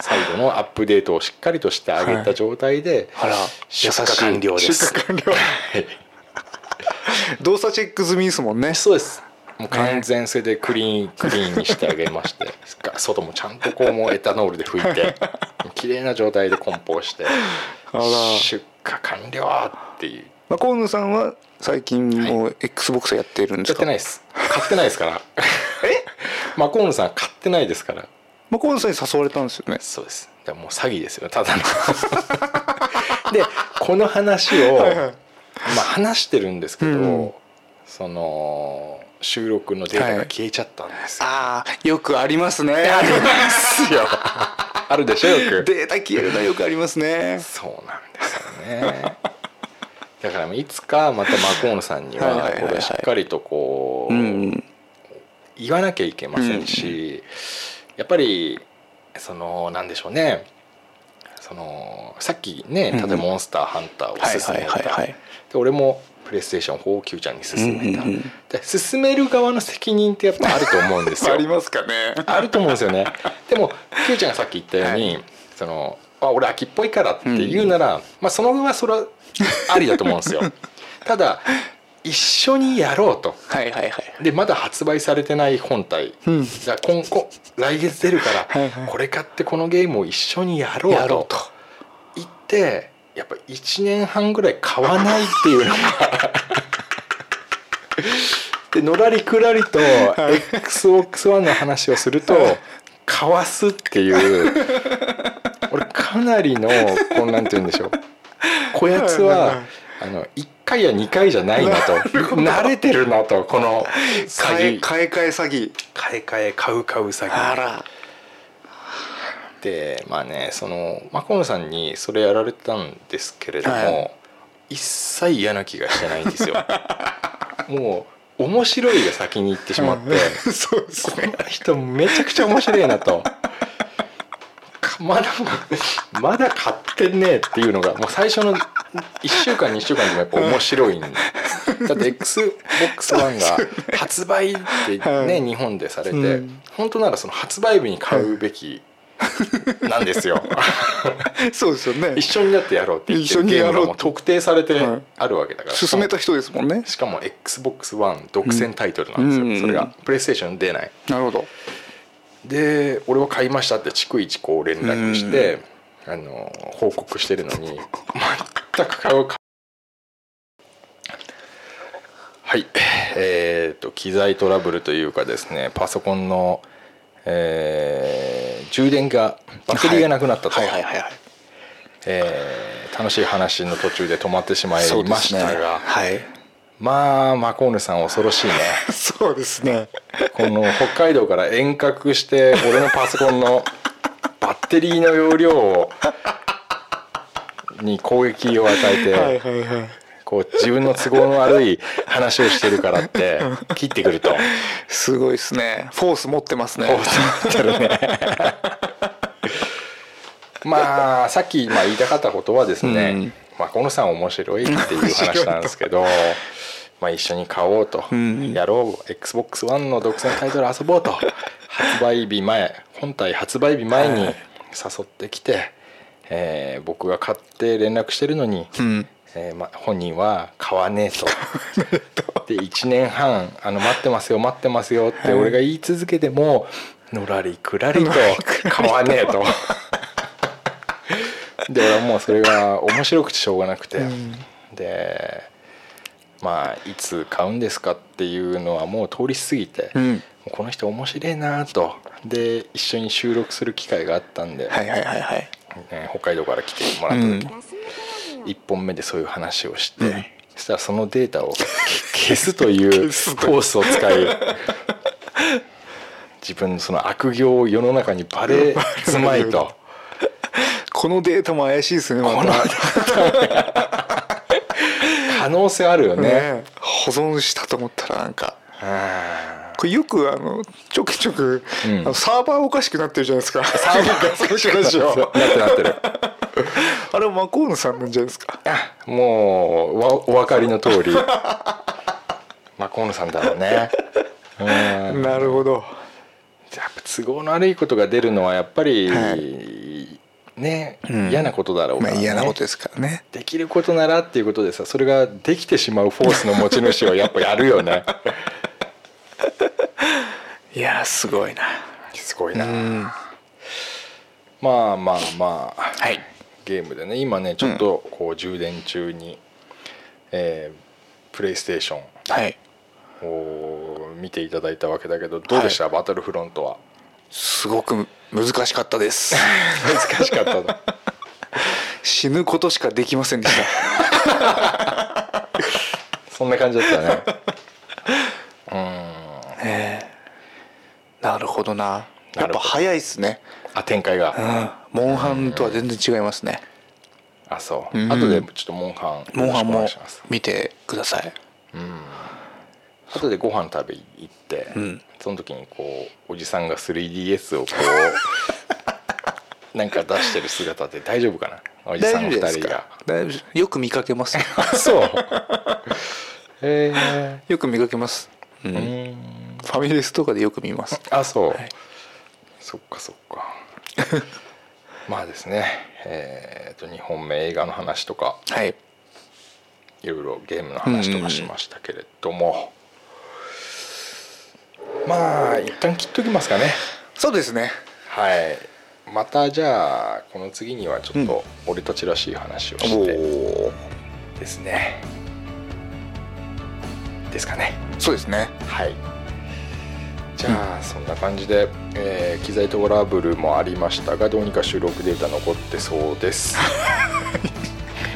S3: 最後のアップデートをしっかりとしてあげた状態で、
S4: あら
S3: 出荷完了です
S4: 出荷完了
S3: はい
S4: 動作チェック済みですもんね
S3: そうですもう完全性でクリーン、クリーンにしてあげまして 外もちゃんとこうもうエタノールで拭い て綺麗な状態で梱包して
S4: ら
S3: 出荷完了っていう
S4: まあ、河野さんは最近もう XBOX やってるんで
S3: や
S4: す
S3: って
S4: か、
S3: ないです買ってないですから えマコーンさん買ってないですから
S4: まあ、河野さんに誘われたんですよね
S3: そうですだからもう詐欺ですよただ のでこの話をまあ話してるんですけど、
S4: うん
S3: その収録のデータが消えちゃったんですよ、
S4: ああよ くありますね
S3: ですよ あるでしょよく
S4: データ消えるのよくありますね
S3: そうなんですよねだからいつかまたマコーンさんに
S4: はいはい
S3: は
S4: はい
S3: こ
S4: はい
S3: れしっかりとこう
S4: うん
S3: 言わなきゃいけませんし、やっぱりそのなんでしょうねそのさっきね
S4: うん
S3: 例えば「モンスターハンター」を
S4: はい
S3: 勧
S4: はい
S3: め
S4: はい
S3: た、
S4: はい
S3: で俺もプレイステーション4を Q ちゃんに勧めた、
S4: うんうんうん
S3: で勧める側の責任ってやっぱあると思うんです よ
S4: ますかね
S3: あると思うんですよね でも Q ちゃんがさっき言ったように、そのあ俺秋っぽいからって言うなら、まあ、その分はそれはありだと思うん ですよただ一緒にやろうと
S4: はいはいはい
S3: でまだ発売されてない本体、じゃあ今後来月出るからこれ買ってこのゲームを一緒にやろうと
S4: やろうと
S3: 言ってやっぱ1年半ぐらい買わないって いうのがでのらりくらりと XBOX1 の話をすると買わすって いう俺かなりのこうなんて言うんでしょうこやつ
S4: はいはいは
S3: はいあの1回や2回じゃない なと慣れてるなとこの詐
S4: 買い
S3: 欺
S4: 買い替え詐欺
S3: 買い替え買う買う詐欺
S4: あら
S3: でまあねそのマコノさんにそれやられたんですけれども、
S4: はい
S3: 一切嫌な気がしてないん ですよもう面白いが先に行ってしまって、
S4: そうですね
S3: この人めちゃくちゃ面白いなとかまだまだ買ってねえっていうのがもう最初の1週間2週間でもやっぱ面白いんだだって XBOX1 が発売って
S4: はい
S3: ね日本でされ
S4: う
S3: て
S4: ん
S3: 本当ならその発売日に買うべきなんですよ
S4: そうですよね
S3: 一緒になってやろうって言ってる
S4: 一緒に
S3: ゲ
S4: や
S3: ー
S4: ろう
S3: ムがもう特定されて
S4: はい
S3: あるわけだから
S4: 進めた人ですもんね
S3: しかも XBOX1 独占タイトルなんですよ、
S4: うん
S3: それ
S4: うん
S3: がプレイステーション出ない
S4: なるほど
S3: で俺は買いましたって逐一こう連絡して、あの報告してるのに全く買うかはいえー、と機材トラブルというかですねパソコンの、えー充電がバッテリーがなくなったと、
S4: はいはいはいはい
S3: えー楽しい話の途中で止まってしまい
S4: そうで
S3: ますし
S4: ね
S3: たが、
S4: はい
S3: まあマコーネさん恐ろしいね
S4: そうですね
S3: この北海道から遠隔して俺のパソコンのバッテリーの容量をに攻撃を与えて
S4: はいはい
S3: こう自分の都合の悪い話をしてるからって切ってくると
S4: すごいですねフォース持ってますね
S3: 思ってるねまあさっきまあ言いたかったことはですね、
S4: うん
S3: まあ、このさん面白いっていう話なんです けどまあ一緒に買おうと、
S4: ん
S3: やろう XBOX1 の独占タイトル遊ぼうと発売日前本体発売日前に誘
S4: はい
S3: ってきて、えー僕が買って連絡してるのに、
S4: うん
S3: えーま、本人は買わねえと。で1年半あの待ってますよ待ってますよって俺が言い続けてものらりくらりと買わねえと。で俺はもうそれが面白くてしょうがなくて、でまあいつ買うんですかっていうのはもう通り過ぎて、
S4: うん
S3: もうこの人面白いなとで一緒に収録する機会があったんで、
S4: はいはいはいはい
S3: えー北海道から来てもらった時、1本目でそういう話をして、
S4: うん
S3: そしたらそのデータを 消すというコースを使い 自分のその悪行を世の中にバレずまいと。
S4: このデータも怪しいですねまた
S3: 可能性あるよね
S4: ね保存したと思ったらなんか
S3: あ
S4: これよくあのちょくちょく、
S3: うん
S4: あのサーバーおかしくなってるじゃないですかサ
S3: ーバー
S4: おかしく
S3: ー
S4: なってるでしょ
S3: なってるなってる
S4: あれはマコーヌさんなんじゃないですか
S3: あもうわお分かりの 通りまあ河野さんだろうねうんやっ
S4: なるほど
S3: ぱ都合の悪いことが出るのはやっぱり、
S4: は
S3: ね、
S4: ん
S3: 嫌なことだろうか
S4: まあ
S3: ら、ね
S4: 嫌なことですからね
S3: できることならっていうことでさそれができてしまうフォースの持ち主はやっぱやるよ ね
S4: いやーすごいな
S3: すごいうな、
S4: ん
S3: まあまあまあ、
S4: はい
S3: ゲームでね今ねちょっとこう充電中に、えープレイステーショ
S4: はい
S3: ンを見ていただいたわけだけどどうでした、バトルフロントは
S4: すごく難しかったです
S3: 難しかったの
S4: 死ぬことしかできませんでした
S3: そんな感じだったねうーん
S4: ええ なるほどなや
S3: なるほ
S4: っ
S3: ど
S4: ぱ早いっすね
S3: あ展開
S4: うん
S3: が
S4: モンハンとは全然違いますね
S3: あそう、
S4: うん
S3: 後でちょっとモンハン
S4: モンハン
S3: よ
S4: も
S3: ろしくお願いします
S4: 見てください
S3: 後でご飯食べ行って、
S4: うん
S3: その時にこうおじさんが 3DS をこう なんか出してる姿で大丈夫かなおじ
S4: 大
S3: さ
S4: 丈
S3: ん
S4: 夫
S3: 二
S4: です
S3: 人
S4: か
S3: が
S4: 大丈夫ですよく見かけますよ
S3: そうええ
S4: よく見かけます、うん
S3: う
S4: フ
S3: ーん
S4: ァミレスとかでよく見ます
S3: あそう、
S4: い
S3: そっかそっかまあですねえーと2本目映画の話とか
S4: はい
S3: いろいろゲームの話とかしましたけれども、まあ一旦切っときますかね
S4: そうですね
S3: はいまたじゃあこの次にはちょっと俺たちらしい話をして
S4: お
S3: ですね、ですかね
S4: そうですね
S3: はいじゃあ、そんな感じで、えー機材トラブルもありましたがどうにか収録データ残ってそうです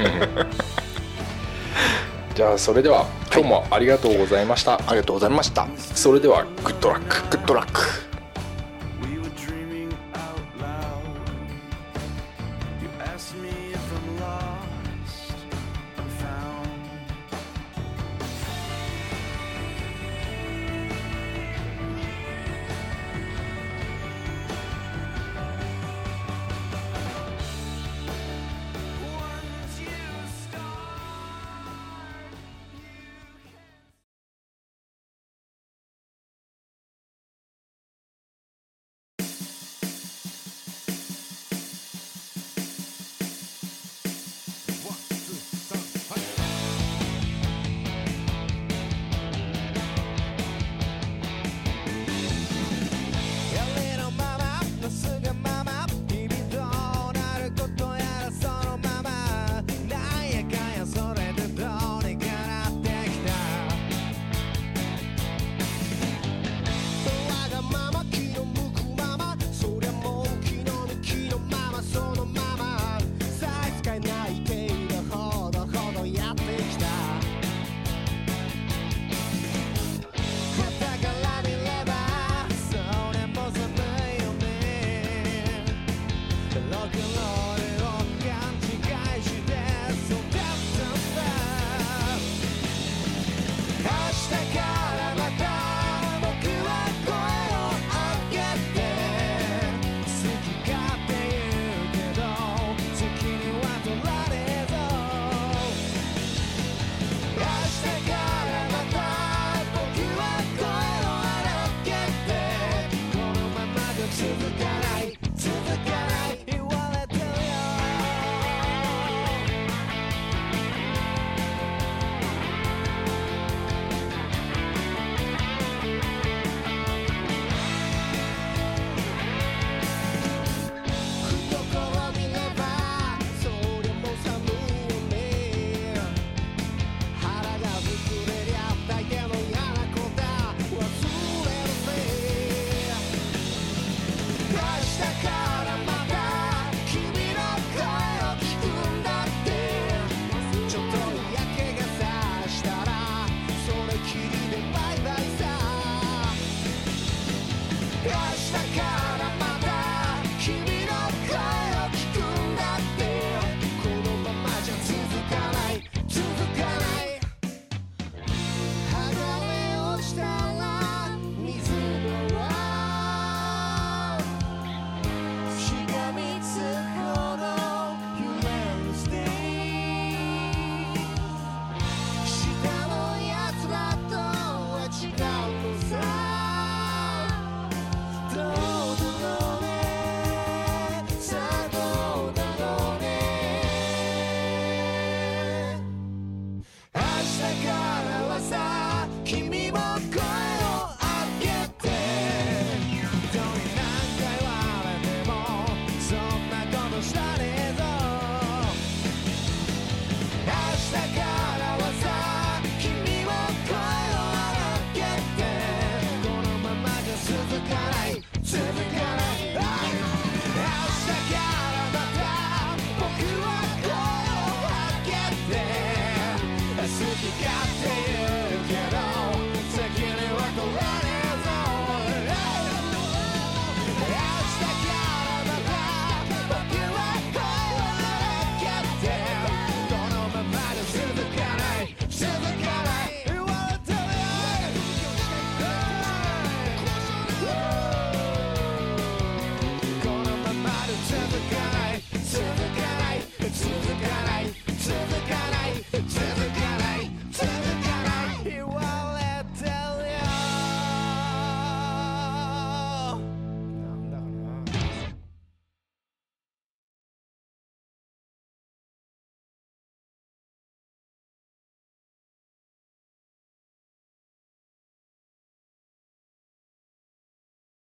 S3: うんじゃあそれでは今日もありがとうございました、
S4: ありがとうございました
S3: それではグッドラック
S4: グッドラック